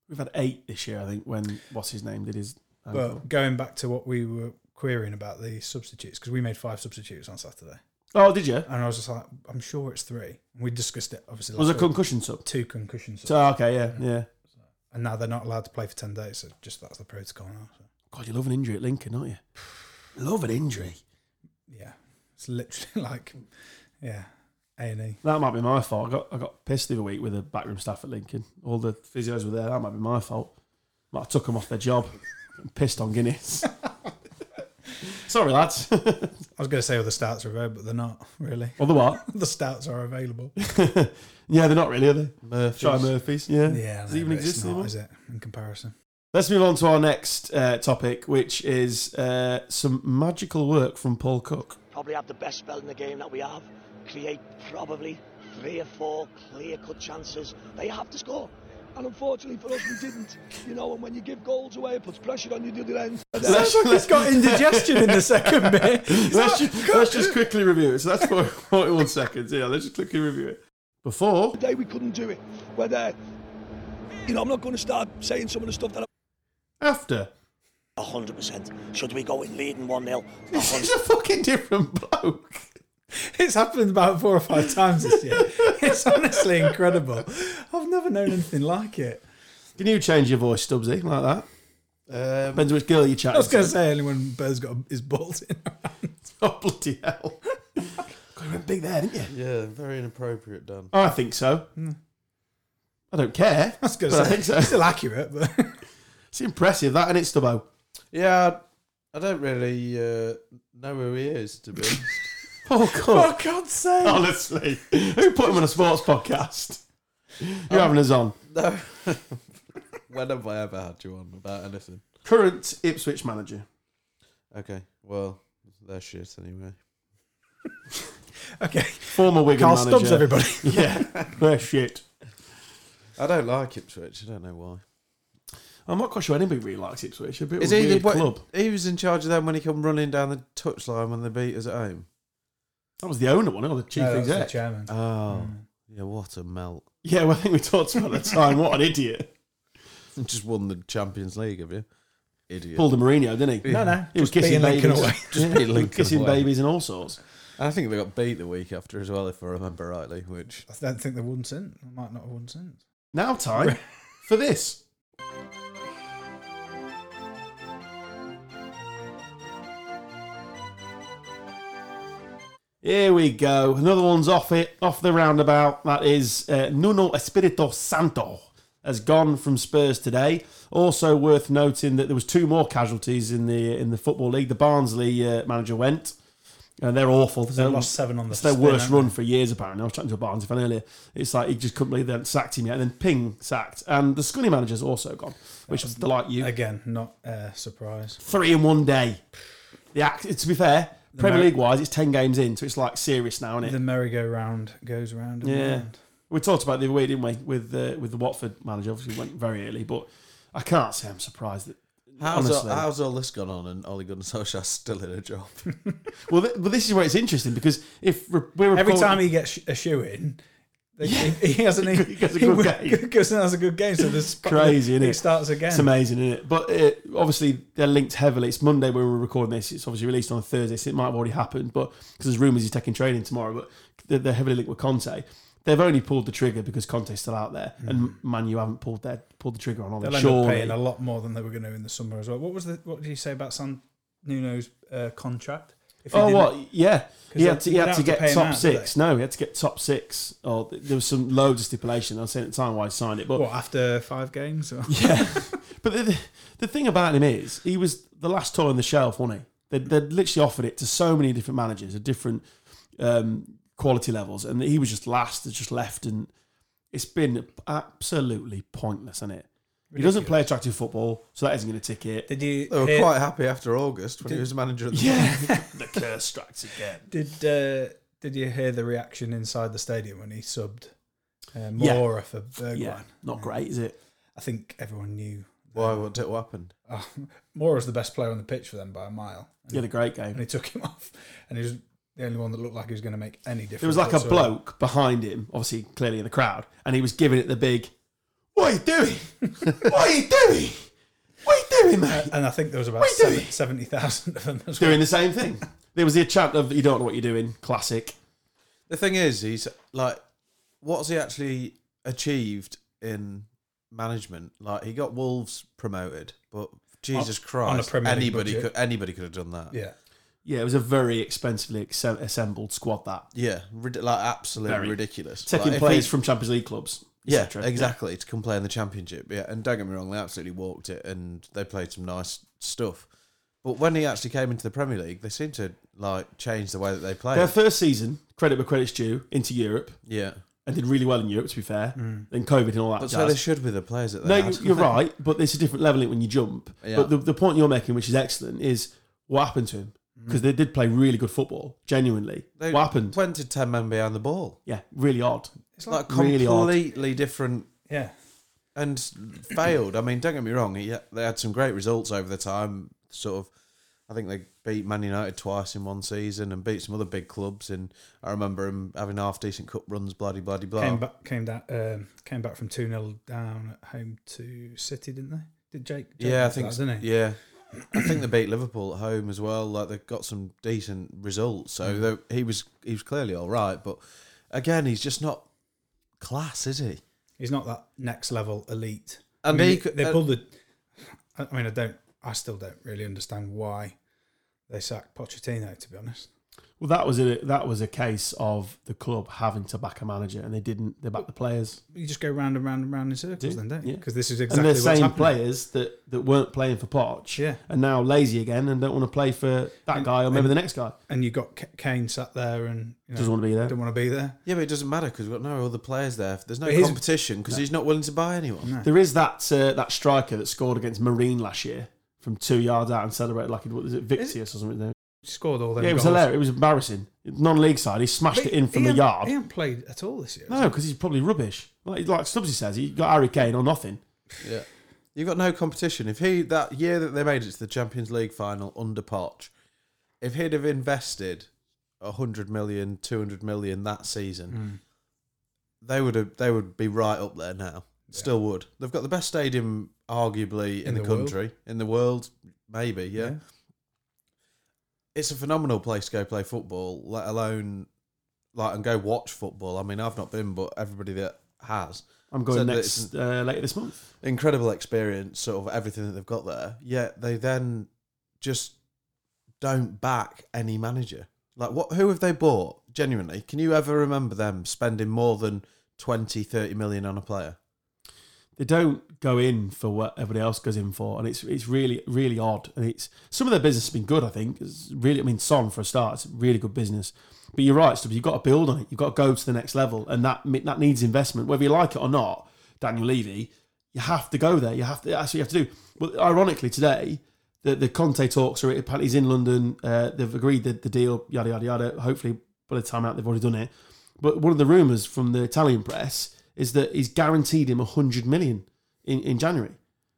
We've had eight this year, I think, when what's his name did his. um,
But going back to what we were querying about the substitutes, because we made five substitutes on Saturday,
oh, did you?
and I was just like, I'm sure it's three. We discussed it obviously.
was a
last week.
concussion sub.
two concussions,
So, okay, yeah, yeah.
and now they're not allowed to play for ten days. So just that's the protocol now. So.
God, you love an injury at Lincoln, don't you? Love an injury.
Yeah, it's literally like, yeah, A and E.
That might be my fault. I got I got pissed the other week with the backroom staff at Lincoln. All the physios were there. That might be my fault. Might have took them off their job. I'm pissed on Guinness. Sorry, lads.
I was going to say all the stats are available, but they're not really.
or the what?
the stats are available.
yeah, they're not really, are they?
Murphy's.
Try Murphy's. Yeah.
Yeah,
Does it even
but it's
exist
not,
anymore?
Is it in comparison?
Let's move on to our next uh, topic, which is uh, some magical work from Paul Cook.
probably have the best spell in the game that we have, create probably three or four clear cut chances. They have to score. And unfortunately for us, we didn't. You know, and when you give goals away, it puts pressure on you the other end.
Let's,
It's got indigestion in the second bit.
let's, just, let's just quickly review it. So that's 41 seconds. Yeah, let's just quickly review it. Before,
Today we couldn't do it. Whether, you know, I'm not going to start saying some of the stuff that
after.
100%. Should we go in leading 1 0?
He's a fucking different bloke.
It's happened about four or five times this year. It's honestly incredible. I've never known anything like it.
Can you change your voice, Stubbsy, like that?
Um,
Depends which girl you're
I
chatting
was going
to.
to say only when Bo's got his balls in.
Oh, bloody hell. God, you went big there, didn't you?
yeah, very inappropriate, Dan.
I think so. I don't care.
I was going
But I
to say
think so.
it's still accurate, but
It's impressive, that, and it's Stubbo.
Yeah, I don't really uh, know who he is, to be honest.
Paul Cook.
God's sake!
Honestly. Who put him on a sports podcast? You're having us on.
no. when have I ever had you on about anything?
Current Ipswich manager.
Okay, well, they're shit anyway.
Okay,
Former Wigan
Carl
manager.
Stubbs, everybody.
Yeah, they're shit.
I don't like Ipswich. I don't know why.
I'm not quite sure anybody really likes Ipswich. A bit of a weird
what-
club.
He was in charge of them when he come running down the touchline when they beat us at home.
That was the owner, one, or the chief
No, that's the
exec.
chairman.
Oh,
Mm.
yeah, what a melt!
Yeah, well, I think we talked about it at the time. What an idiot.
Just won the Champions League, have you? Idiot.
Pulled a Mourinho, didn't he?
No, no,
He was
just
kissing
being Lincoln
babies.
away.
Just
Yeah,
beat Lincoln
kissing
away.
babies and all sorts.
I think they got beat the week after as well, if I remember rightly. Which
I don't think they won since. They might not have won since.
Now time for this. Here we go. Another one's off it, off the roundabout. That is uh, Nuno Espirito Santo has gone from Spurs today. Also worth noting that there was two more casualties in the in the football league. The Barnsley uh, manager went, and they're awful.
They lost seven on the.
It's their
spin,
worst
haven't
run for years, apparently. I was chatting to a Barnes fan earlier. It's like he just couldn't believe they hadn't sacked him yet. And then Ping sacked. And the Scunny manager's also gone, which is delight
they?
you.
Again, not uh, surprised.
Three in one day. The act, to be fair, Premier
Mer-
League wise, it's 10 games in, so it's like serious now, isn't it?
The merry-go-round goes round and
Yeah.
round.
we talked about it the other way, didn't we, with, uh, with the Watford manager. Obviously, went very early, but I can't say I'm surprised that.
how's all,
honestly.
how's all this gone on? And Ole Gunnar Solskjaer's still in a job.
Well, th- but this is where it's interesting because if re- we're
Every
recording-
time he gets a shoe in, They- He, he has an e- he,
He has a good
he-
game.
Goodson has a good game. So this
Crazy,
He
innit?
starts again.
It's amazing, isn't it? But it, obviously, they're linked heavily. It's Monday when we're recording this. It's obviously released on a Thursday, so it might have already happened. But because there's rumours he's taking training tomorrow, but they're, they're heavily linked with Conte. They've only pulled the trigger because Conte's still out there, and Man, you haven't pulled their pulled the trigger on. are they?
Mm. They'll end up
Surely,
paying a lot more than they were going to in the summer as well. What was the? What did you say about San Nuno's uh, contract? If he
Oh,
didn't-
what? Yeah.
'Cause
He had
they-
to,
they
he had
don't
to
have to
get
pay him
top
out, do
six. No, he had to get top six. Or th- there was some loads of stipulation. I was saying at the time why he signed it, but
What after five games? Or?
yeah. But the, the thing about him is he was the last toy on the shelf, wasn't he? They'd, they'd literally offered it to so many different managers at different um, quality levels, and he was just last, just left, and it's been absolutely pointless, isn't it? He doesn't play attractive football, so that isn't going to tick it.
Did you?
They were
hear-
quite happy after August when he was manager at the
Yeah, the curse strikes again.
Did uh, Did you hear the reaction inside the stadium when he subbed uh,
Yeah.
Mora for Bergwijn?
Yeah, not great, is it?
I think everyone knew
Why? What, what happened?
oh, Mora's the best player on the pitch for them by a mile. And,
He had a great game.
and he took him off, and he was the only one that looked like he was going to make any difference.
There was like a
whatsoever.
bloke behind him, obviously clearly in the crowd, and he was giving it the big, "What are you doing? what are you doing? What are you doing, mate?"
And I think there was about
What are you
seven-
doing?
70,000 of them as well.
Doing the same thing. There was the chant of "You don't know what you're doing." Classic.
The thing is, he's like, what's he actually achieved in management? Like, he got Wolves promoted, but Jesus Christ,
on a Premier League
anybody
budget.
could anybody could have done that.
Yeah.
Yeah, it was a very expensively ex- assembled squad that
yeah, rid- like absolutely
Very.
ridiculous.
taking
like, if
players
he-
from Champions League clubs. et
Yeah,
cetera.
exactly. To come play in the championship. Yeah, and don't get me wrong, they absolutely walked it, and they played some nice stuff. But when he actually came into the Premier League, they seemed to like change the way that they played.
Their first season, credit where credit's due, into Europe
yeah,
and did really well in Europe. To be fair, then COVID and all that.
Mm. but so
jazz.
they should with the players that they
No,
had.
you- you're right, but it's a different level when you jump.
Yeah.
But the, the point you're making, which is excellent, is what happened to him
Mm-hmm.
because they did play really good football. Genuinely,
They
what happened?
Went to ten men behind the ball.
yeah, really odd.
It's like
really odd.
completely different
Yeah.
and failed. I mean, don't get me wrong. he- They had some great results over the time. Sort of, I think they beat Man United twice in one season and beat some other big clubs. And I remember him having half decent cup runs. Bloody bloody blah.
Came back came down um, came back from 2-0 down at home to City, didn't they? Did Jake, Jake
yeah, I
did
think.
that,
so.
didn't he?
Yeah, I think they beat Liverpool at home as well. Like they got some decent results. So
Mm.
they- he was he was clearly all right. But again, he's just not class, is he?
He's not that next level elite.
And
I mean,
he could-
they
uh,
pulled the I I mean I don't I still don't really understand why they sacked Pochettino to be honest.
Well, that was a that was a case of the club having to back a manager, and they didn't. They backed the players,
You just go round and round and round in circles
Do,
then, don't you?
yeah.
Because this is exactly
and
what's
the same
happening.
players that, that weren't playing for Poch,
Yeah.
and now lazy again and don't want to play for that
And-
guy or maybe
and-
the next guy
And you got K- Kane sat there and you know,
doesn't want to be there.
don't want to be there.
Yeah, but it doesn't matter because we've got no other players there. There's no
But he's-
competition because he's not willing to buy anyone.
There is that uh, that striker that scored against Marine last year from two yards out and celebrated like it was it Victius or something. no?
Scored all them
Yeah, it was
goals.
hilarious. It was embarrassing. Non-league side, he smashed
But
it in from
he
the
ain't-
yard.
He hasn't played at all this year. has
No, because he's probably rubbish. Like, like Stubbsy says, he got Harry Kane or nothing.
Yeah. You've got no competition. If he that year that they made it to the Champions League final under Poch, if he'd have invested 100 million, 200 million that season, they would have they would be right up there now. Still would. They've got the best stadium arguably in,
In
the,
the world.
country, in the world maybe, yeah.
Yeah.
It's a phenomenal place to go play football, let alone like and go watch football. I mean, I've not been, but everybody that has
I'm
So
going
that
next uh, later this month.
incredible experience, sort of everything that they've got there. Yet they then just don't back any manager. Like what? Who have they bought? Genuinely, can you ever remember them spending more than 20, 30 million on a player?
They don't go in for what everybody else goes in for, and it's it's really really odd. And it's some of their business has been good, I think. It's really, I mean, Son for a start, it's really good business. But you're right, Stubbs. You've got to build on it. You've got to go to the next level, and that mi- that needs investment, whether you like it or not. Daniel Levy, you have to go there. You have to. That's what you have to do. But ironically, today the, the Conte talks are apparently he's in London. Uh, they've agreed the, the deal. Yada yada yada. Hopefully, by the time out, they've already done it. But one of the rumours from the Italian press is that he's guaranteed him 100 million in, in January.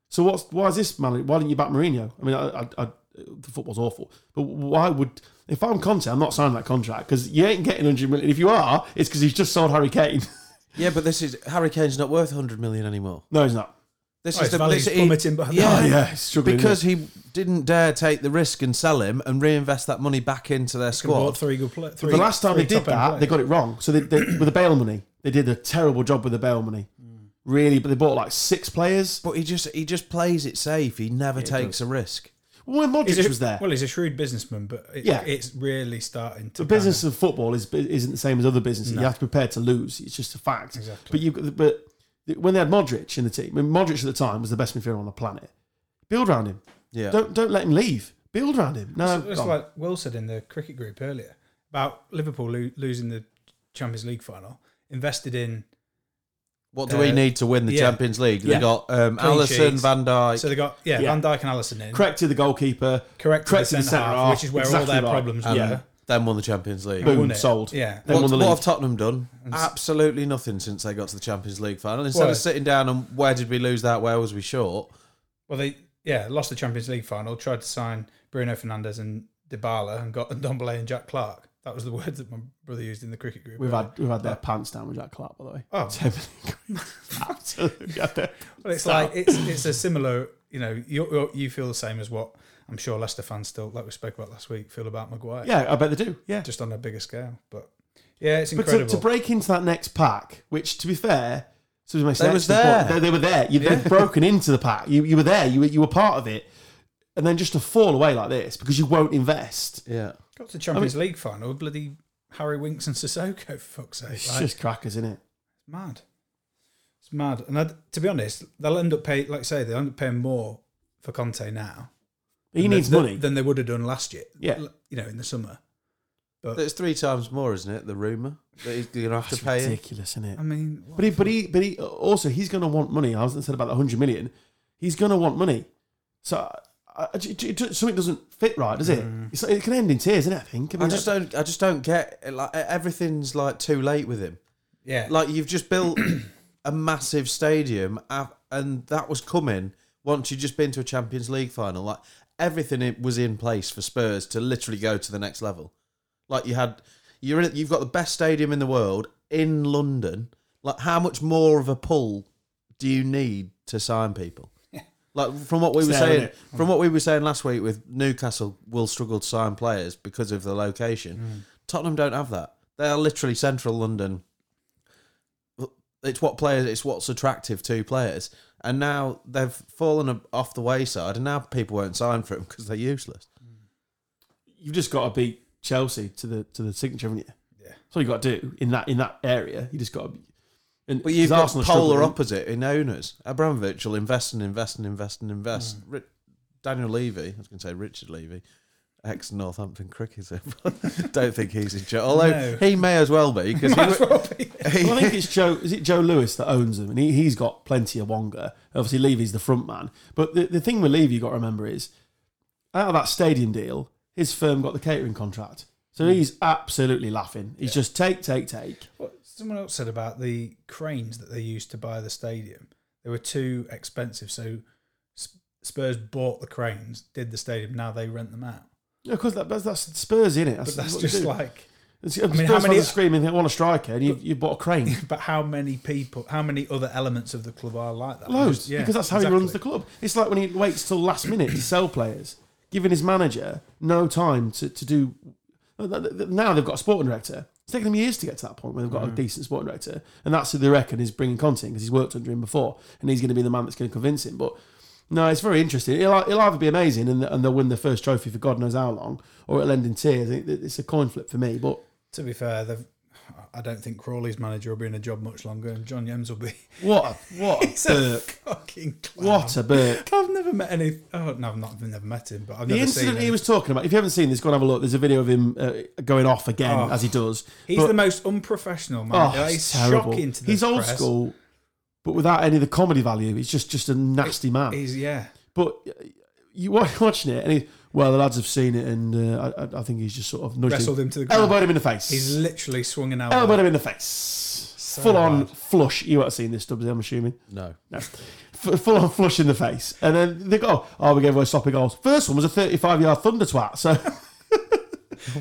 So what's why is this man? Why didn't you back Mourinho? I mean, I, I, I, the football's awful, but why would if I'm Conte, I'm not signing that contract because you ain't getting 100 million. If you are, it's because he's just sold Harry Kane.
Yeah, but this is Harry Kane's not worth 100 million anymore.
No, he's not.
This
Oh,
is
his
the
value's
this- he-
plummeting behind
Yeah,
Oh, yeah, he's struggling.
because he didn't dare take the risk and sell him and reinvest that money back into their
Could've bought
squad.
three good pla- three,
the last time
three
they did
top-end
that, they
players.
got it wrong. So they, they with the bail money, they did a terrible job with the bail money.
Mm.
Really, but they bought like six players.
But he just he just plays it safe. He never takes a risk.
When
He's
Modric
a-
was there,
Well, he's a shrewd businessman, but it,
Yeah.
it's really starting
the
to kind
business
of-
of football is isn't the same as other businesses. You have to be prepared to lose. It's just a fact.
Exactly.
But you but when they had Modric in the team, I mean, Modric at the time was the best midfielder on the planet. Build around him.
Yeah.
Don't don't let him leave. Build around him. No,
It's
gone.
like Will said in the cricket group earlier about Liverpool lo- losing the Champions League final, invested in
what do we
Uh,
need to win the
yeah.
Champions League?
Yeah.
They got um,
Clean
Allison,
sheets.
Van Dijk.
so they got yeah,
Yeah.
Van Dijk and Allison in,
corrected the goalkeeper.
correct,
corrected
the
the
centre
centre
half,
half,
which is where all
exactly
their
right.
problems
And-
were.
um, then won the Champions League.
Boom,
won it.
sold.
Yeah,
Then
What,
won the
what
league.
have Tottenham done?
s-
Absolutely nothing since they got to the Champions League final. Instead
Well-
of sitting down and where did we lose that? Where was we short?
well they yeah lost the Champions League final, tried to sign Bruno Fernandes and Dybala, and got Ndombele and Jack Clark. That was the words that my brother used in the cricket group.
We've
earlier.
had we've had their pants down with Jack Clark, by the way.
Oh.
Absolutely. had their-
Well, it's like it's it's a similar. You know, you you- you feel the same as what I'm sure Leicester fans still, like we spoke about last week, feel about Maguire.
Yeah, I bet they do. Yeah.
just on a bigger scale. But yeah, it's
But to,
incredible.
to break into that next pack, which to be fair, so my
They was there.
They, they were there. You, They've broken into the pack. You, you were there. You were, you were part of it. And then just to fall away like this because you won't invest.
Yeah.
Got to Champions League final, bloody Harry Winks and Sissoko. For fuck's sake,
It's
like,
just crackers, isn't it?
mad. It's mad. And i to be honest, they'll end up paying, like I say, they'll end up paying more for Conte now.
He
than-
needs
than-
money.
than they would have done last year.
Yeah.
l- you know, in the summer.
It's three times more, isn't it? The rumour that he's going to have to
That's
pay him.
ridiculous, isn't it?
I mean,
But he, but he, but he. Also, he's going to want money. I was said about the hundred million. He's going to want money. So, I, I, it- it- something doesn't fit right, does it? It's like- it can end in tears, isn't it? I think. Mm. I uh,
I
mean,
just don't. I just don't get. Like everything's like too late with him.
yeah,
Like you've just built a massive stadium, a- and that was coming once you'd just been to a Champions League final. Like everything it was in place for Spurs to literally go to the next level. Like you had, you're in, you've got the best stadium in the world in London. Like how much more of a pull do you need to sign people? Like from what we were
there,
saying,
isn't Mm.
from what we were saying last week with Newcastle will struggle to sign players because of the location.
Mm.
Tottenham don't have that. They are literally central London. It's what players, it's what's attractive to players, and now they've fallen off the wayside, and now people won't sign for them because they're useless.
you've just got to beat Chelsea to the to the signature, haven't you?
Yeah.
That's all you got to do in that in that area. You just got to. Be, and
But you've
'cause
got
Arsenal's
polar
struggling.
opposite in owners. Abramovich will invest and invest and invest and invest. Ri- Daniel Levy, I was going to say Richard Levy, ex Northampton cricketer. but Don't think he's in charge. Although
No.
he may as well be because
Might as
he, wa-
well be.
he-
Well, I think it's Joe. Is it Joe Lewis that owns them? And he, he's got plenty of wonga. Obviously, Levy's the front man. But the, the thing with Levy, you got to remember is out of that stadium deal, his firm got the catering contract.
Hmm.
So he's absolutely laughing. He's just take, take, take.
Well, someone else said about the cranes that they used to buy the stadium. They were too expensive, so Sp- Spurs bought the cranes, did the stadium. Now they rent them out.
Of course, that, that's, that's Spurs in it. That's,
But that's
what they
just
do.
like.
It's- Spurs
mean, how many-
fans are screaming they want a striker, and you you bought a crane.
But how many people? How many other elements of the club are like that?
Loads,
Just- yeah,
because that's how
exactly.
he runs the club. It's like when he waits till last minute to sell players, giving his manager no time to, to do. uh, Now they've got a sporting director. It's taken them years to get to that point where they've got
Mm.
a decent sporting director, and that's who they reckon is bringing Conte because he's worked under him before, and he's going to be the man that's going to convince him. But no, it's very interesting. It'll, it'll either be amazing and, and they'll win the first trophy for God knows how long, or it'll end in tears. It- It's a coin flip for me, but
To be fair, they've. I don't think Crawley's manager will be in a job much longer, and John Yems will be.
what a, what a
He's a
Oh, Burke.
fucking clown.
What a Burke.
I've never met any. Oh no, I've not. I've never met him, but I've
The
never
incident
seen.
he
him.
was talking about, if you haven't seen this, go and have a look. There's a video of him uh, going off again
Oh.
as he does.
He's
But-
the most unprofessional
Oh,
man.
it's
he's
terrible.
shocking to the
He's old
press.
school, but without any of the comedy value. He's just just a nasty man.
He's yeah.
but uh, you wa- watching it, and he, well, the lads have seen it, and uh, I- I, I think he's just sort of nudged
Wrestled him to the ground.
elbowed him in the face.
He's literally swung an elbow.
elbowed him in the face. Full on
bad.
flush. You have seen this, Stubbsy, I'm assuming.
no,
No. F- full on flush in the face. And then they go, oh, we gave away sloppy goals. First one was a 35 yard thunder twat. So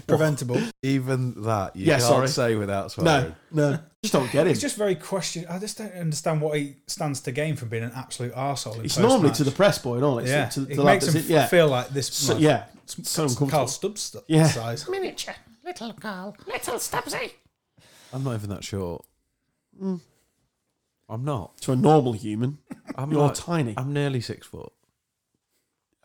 preventable.
Even that you
Yeah,
can't
sorry.
say without swearing.
No, no, just don't get him.
It's just very question. I just don't understand what he stands to gain from being an absolute arsehole. in
It's normally to the
post-match.
press boy, not it? It's
yeah.
to, to
it
the lad
makes
that's
him
it. Yeah,
feel like this.
so,
like,
yeah, so uncomfortable.
Carl Stubbs stu-
Yeah.
size.
Miniature, little Carl, little Stubbsy.
I'm not even that short. Mm. I'm not.
To a normal human,
I'm
You're
like-
tiny.
I'm nearly six foot.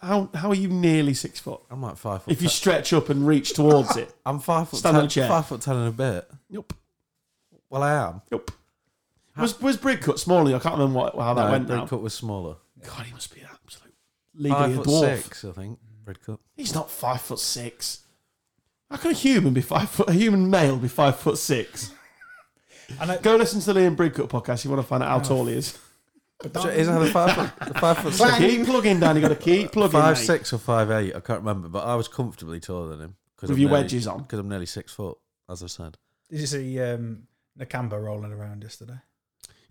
how how are you nearly six foot?
I'm like five foot.
If you
te-
stretch up and reach towards it,
I'm five foot.
stand on
Ten,
a chair.
Five foot ten and a bit.
nope,
Well, I am.
nope. Was was Bridcut smaller? I can't remember what, how that
No,
went. now.
Bridcut was smaller.
God, he must be an absolute
Five
legally a
foot
dwarf.
six, I think. Bridcut.
He's not five foot six. How can a human be five foot? A human male be five foot six?
And I,
Go listen to the Liam Bridcut podcast. You want to find out how tall he is? Oh.
So is that a five foot? a Five foot six.
Keep plugging, Dan. You got to keep plugging.
five
mate.
six or five eight. I can't remember, but I was comfortably taller than him. Cause
With
I'm
your
nearly-
wedges on.
'cause I'm nearly six foot, as I said.
did you see um, Nakamba rolling around yesterday?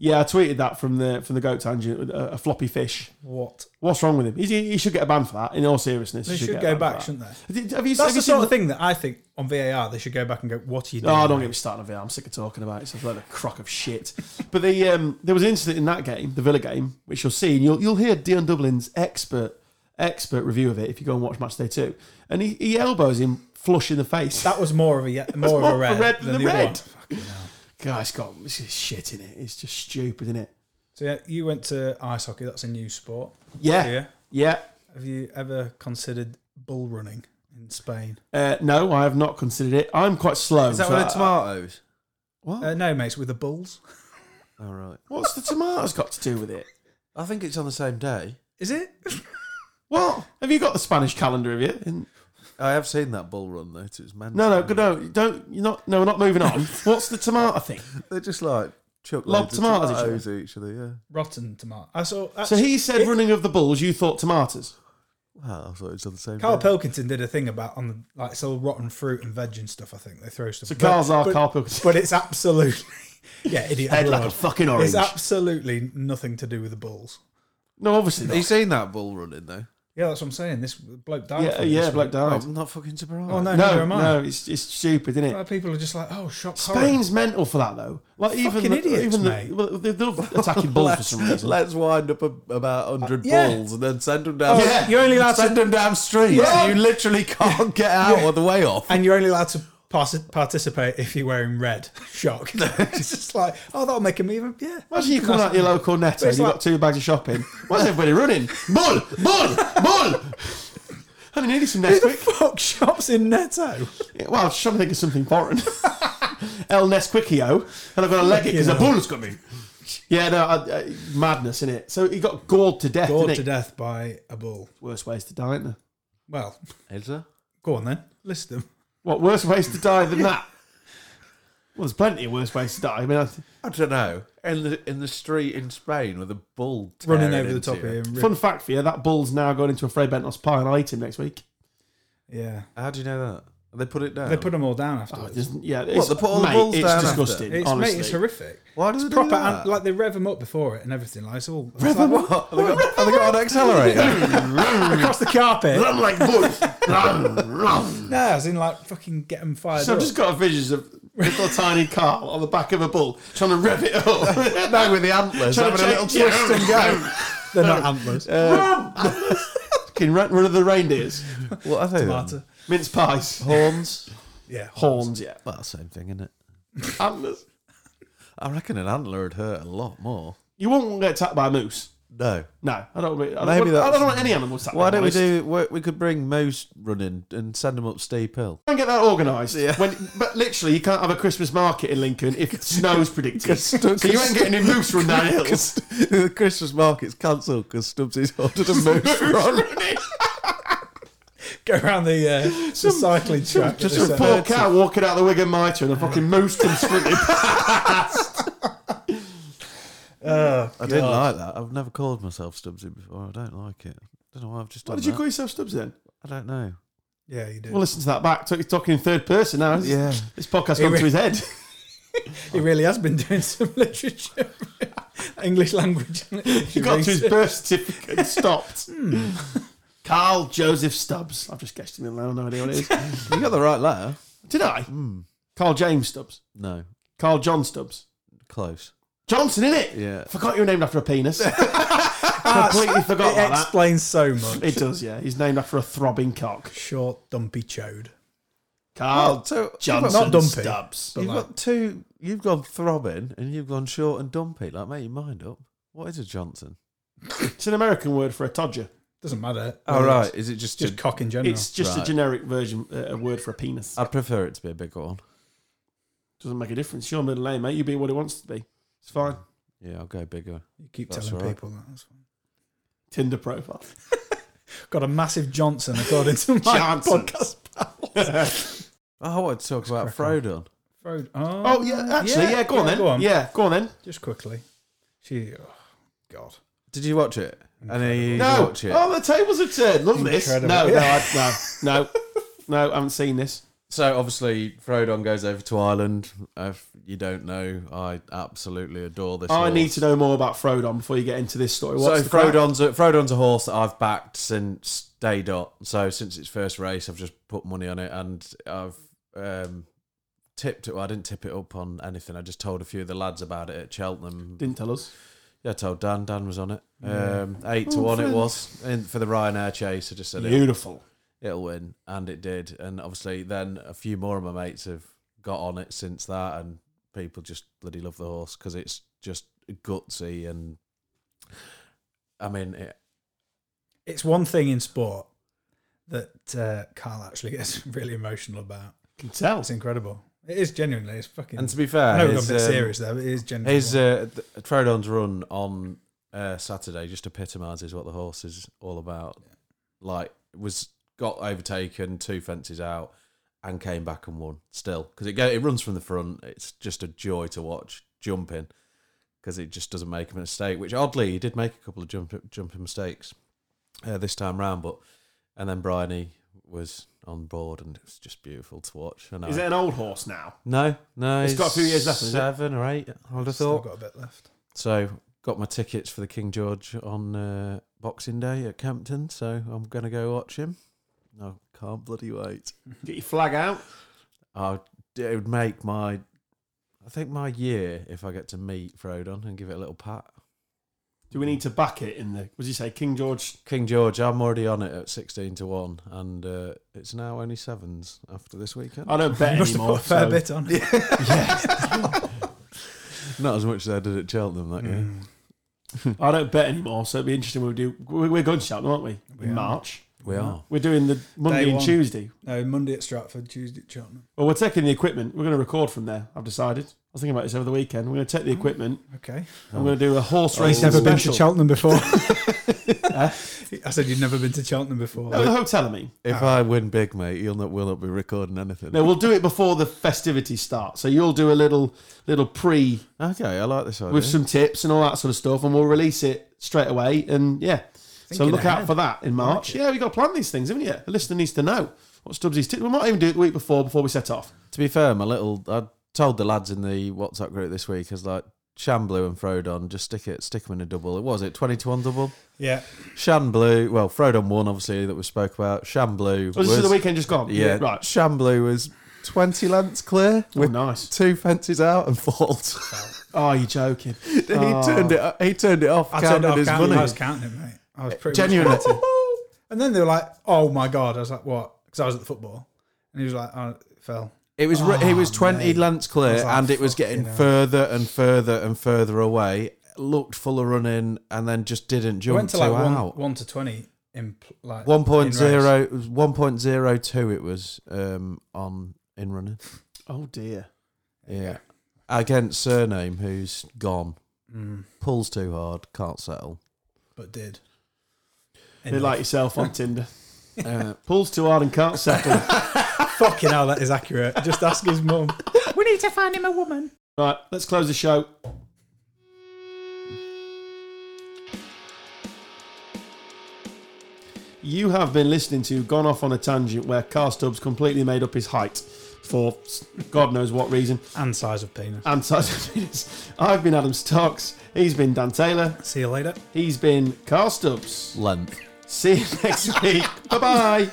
Yeah, I tweeted that from the from the goat tangent. A, a floppy fish.
What?
What's wrong with him? He's, he should get a ban for that. In all seriousness,
They
he
should
get
go
a ban
back,
for that.
shouldn't they?
Did- Have you,
That's
have
the
you
sort
seen
of thing that I think on VAR they should go back and go, "What are you doing?"
Oh, don't
mate?"
get me started on VR. I'm sick of talking about it. It's a load of crock of shit. But the um, there was an incident in that game, the Villa game, which you'll see, and you'll you'll hear Dion Dublin's expert expert review of it if you go and watch match day two. And he, he elbows him flush in the face.
That was more of a ye- more of
more
a red,
red
than
than
the
the
red.
red. God, it's got this is shit in it. It's just stupid, isn't it?
So yeah, you went to ice hockey. That's a new sport.
Yeah. Yeah.
Yeah. Have you ever considered bull running in Spain?
Uh, no, I have not considered it. I'm quite slow.
Is that
so
with
I-
the tomatoes?
What?
Uh, no, mates, with the bulls.
All Oh, right.
What's the tomatoes got to do with it?
I think it's on the same day.
Is it?
What? Have you got the Spanish calendar of you? In-
I have seen that bull run though. It's mental.
No, no, no, don't. You're not. No, we're not moving on. What's the tomato thing?
They're just like chuck
Lob
loads of
tomatoes at each
tomatoes at each other. Yeah.
Rotten tomato. I saw.
So
actually,
he said running of the bulls. You thought tomatoes.
Wow, I thought it was on the same.
Carl
day.
Pilkington did a thing about on the like it's all rotten fruit and veg and stuff. I think they throw stuff.
So
But-
Carl's our
but-
Carl Pilkington.
but it's absolutely yeah, idiot.
Head like
abroad.
a fucking orange.
It's absolutely nothing to do with the bulls.
no, obviously
Have you
not.
seen that bull running though?
Yeah, that's what I'm saying. This bloke died.
Yeah,
for it
yeah,
this
black
week.
died.
I'm not fucking surprised.
Oh no, neither
No,
am I.
no, it's it's stupid, isn't it?
Like, people are just like, oh, shock. horror.
Spain's mental for that though. Like even
Fucking
the,
idiots,
even the,
mate.
well, they love attacking bulls for
Let's,
some reason. Uh,
let's wind up a, about hundred
yeah.
bulls and then send them down.
Oh, Yeah. you're only allowed to-
send them down streets.
Yeah.
You literally can't get out or the way off.
and you're only allowed to pass- participate if you're wearing red. Shock. it's just like, oh, that'll make him even. Yeah.
Imagine you come out your local Netto and
It's
you've
like-
got two bags of shopping. Why's everybody running? Bull, bull, bull. I needed some
Who
next
the
week.
fuck shops in Netto?
Yeah, Well, I was trying to think of something foreign. El Nesquicio, and I've got a leg it because a
Fucking
bull's coming. Yeah, no, I, I, madness in it. So he got gored to death.
Bored
didn't
to
he?
death by a bull.
Worst ways to die, isn't there?
Well,
Is there?
go on then. List them.
What worse ways to die than that? Well, there's plenty of worse ways to die. I mean, I,
I don't know. In the in the street in Spain with a bull
Running
tearing
over the
into
top of
you.
him.
fun fact for you: that bull's now going into a Fray Bentos pie, and I'll eat him next week.
Yeah.
How do you know that? They put it down.
They put them all down
Oh, it
afterwards.
doesn't- yeah, it's,
they put all the
mate,
bulls
it's
down after?
disgusting.
it's,
honestly,
mate, it's horrific.
Why do they
Proper,
do
and,
that?
like they rev them up before it and everything. Like it's all it's
Have
like,
they got, have they got an accelerator?
across the carpet.
Run like bulls. Run, run.
No, as in like fucking get them fired
So I've
up.
just got visions of little tiny Carl on the back of a bull trying to rev it up.
no, with the antlers.
Trying to
having a little
change- yeah.
twist and go.
They're not antlers.
Fucking Uh, run, run of the reindeers.
What are they? then?
Martyr.
Mince pies.
Horns.
Yeah.
Horns, yeah.
Well, same thing, isn't it?
Antlers.
I reckon an antler would hurt a lot more.
You won't get attacked by a moose.
No.
No, I don't. Really, I, don't
Maybe
want, I
that's-
don't want any animals attacked.
Why
by a
don't we
moose.
do? We we could bring moose running and send them up steep hill.
Try and get that organised.
Yeah.
When, but literally, you can't have a Christmas market in Lincoln if snow's predicted. so you ain't getting any moose run down hills.
the Christmas market's cancelled because Stubbsy's ordered a moose run.
Go around the, uh, the cycling track.
Just
It's,
a
uh,
poor cow walking out the Wigan Mitre and a fucking moose comes sprinting.
I didn't like that. I've never called myself Stubbsy before. I don't like it. I don't know why I've just
Why
done
did you
that.
call yourself Stubbs then?
I don't know.
yeah, you did.
We'll listen to that back. He's talking in third person now.
Yeah.
This podcast gone to his head.
he really has been doing some literature, English language.
Hmm.
He got to his birth certificate and stopped. Carl Joseph Stubbs. I've just guessed him in there. I have no idea what it is.
You got the right letter.
Did I?
Hmm.
Carl James Stubbs.
No,
Carl John Stubbs.
close.
Johnson, innit?
Yeah.
Forgot you were named after a penis. Completely forgot
It
about that.
explains so much.
It does, yeah. He's named after a throbbing cock.
Short, dumpy chode.
Carl
Well, so-
Johnson
Not dumpy.
Stubbs.
But
you've
like-
got two. You've gone throbbing and you've gone short and dumpy. Like, make your mind up. What is a Johnson?
It's an American word for a todger.
Doesn't matter.
Oh,
Whether
right.
it's
Is it just?
Just
a-
cock in general.
It's just a
Right.
generic version, uh, a word for a penis.
I prefer it to be a big one.
Doesn't make a difference. It's your middle name, mate. You be what it wants to be. It's fine.
Yeah, I'll go bigger.
you keep
That's
telling
all right.
people that. That's fine.
Tinder profile.
Got a massive Johnson according to my
Johnson.
podcast.
Oh, I wanted to talk about
crack on.
Frodo.
Oh,
Oh, yeah, actually, yeah, go on then. Yeah, go on then.
Just quickly. She, oh, God.
Did you watch it? Any
No.
watch it?
Oh, the tables have turned. Love this. No,
Incredible.
no, I, no, no. No, I haven't seen this.
So obviously, Frodon goes over to Ireland. If you don't know, I absolutely adore this.
I
horse.
need to know more about Frodon before you get into this story. What's
So
the crack?
Frodon's a, Frodon's a horse that I've backed since day dot. So since its first race, I've just put money on it, and I've um, tipped it. Well, I didn't tip it up on anything. I just told a few of the lads about it at Cheltenham.
Didn't tell us.
Yeah, I told Dan. Dan was on it. Um, eight
Oh,
to one it was and for the Ryanair chase. I just said it'll,
Beautiful.
it'll win, and it did. And obviously, then a few more of my mates have got on it since that, and people just bloody love the horse because it's just gutsy and. I mean, it,
It's one thing in sport that uh, Carl actually gets really emotional about.
Can tell.
It's incredible. It is genuinely. It's fucking.
and to be fair,
I know we're
his,
not being
um,
serious there, but it is genuinely.
His uh, th- Frodon's run on uh, Saturday just epitomises what the horse is all about. Like, was got overtaken two fences out and came back and won still because it go, it runs from the front. It's just a joy to watch jumping because it just doesn't make a mistake. Which oddly he did make a couple of jump jumping mistakes uh, this time round, but and then Bryony was on board and it was just beautiful to watch. And I,
Is it an old horse now?
no, no,
It's got a few years left, is it?
Seven or eight, I'd have
Still
thought.
got a bit left.
So got my tickets for the King George on uh, Boxing Day at Campton. So I'm gonna go watch him. I can't bloody wait.
Get your flag out.
I it would make my, I think my year if I get to meet Frodon and give it a little pat.
Do we need to back it in the? What did you say, King George?
King George, I'm already on it at sixteen to one, and uh, it's now only sevens after this weekend.
I don't bet
You must have
anymore.
put a fair
so-
bit on. it.
Not as much as I did at Cheltenham that year.
I don't bet anymore, so it'd be interesting. We'll do. We're, we're going to Cheltenham, aren't we?
We
in
are.
March,
We are.
we're doing the Monday
Day
and
one.
Tuesday.
No, Monday at Stratford, Tuesday at Cheltenham.
Well, we're taking the equipment. We're going to record from there. I've decided. I was thinking about this over the weekend. We're going to take the
Mm-hmm.
equipment.
Okay.
I'm going to do a horse
He's
racing
never been to
special.
Cheltenham before. I said you'd never been to Cheltenham before.
no, the hotel. I mean,
If I win big, mate, you'll not will not be recording anything.
no, we'll do it before the festivities start. So you'll do a little little pre
Okay, I like this idea.
with some tips and all that sort of stuff, and we'll release it straight away. And yeah, so
Thinking
look out
ahead.
for that in March. yeah, we got to plan these things, haven't we? The listener needs to know what Stubbsy's tip. We might even do it the week before before we set off.
To be fair, my little I told the lads in the WhatsApp group this week is like Shanblue and Frodon, just stick it, stick them in a double. It was it twenty to one double.
Yeah.
Shanblue, well, Frodon won obviously that we spoke about.
Oh,
Shanblue
Was
was,
this the weekend just gone?
yeah,
right.
Shanblue was twenty lengths clear
Oh,
with
nice.
two fences out and falls.
Oh, you're joking.
he turned it. He turned it off.
Oh. I, turned,
counted
I, was
his
counting, I
money.
was counting it, mate. I was pretty
Genuinely.
Much counting. and then they were like, "Oh my god!" I was like, "What?" Because I was at the football, and he was like, "Oh, it fell."
It was re he was twenty lengths clear,
Oh, was like,
and it was getting
fucking hell.
further and further and further away. Looked full of running, and then just didn't
It
jump
went to
two
like
out.
one, one to twenty in pl- like
One point
in race.
zero, it was one point zero two. It was um, on in running.
Oh dear.
Yeah, against surname who's gone,
Mm.
pulls too hard, can't settle.
but did.
A bit
Enough.
like yourself on Tinder.
Uh,
Pulls too hard and can't settle.
fucking hell, that is accurate. Just ask his mum.
We need to find him a woman.
right, let's close the show. You have been listening to Gone Off on a Tangent, where Carl Stubbs completely made up his height for God knows what reason.
And size of penis.
And so I've been Adam Stocks. He's been Dan Taylor.
See you later.
He's been Carl Stubbs.
length.
See you next week. bye bye.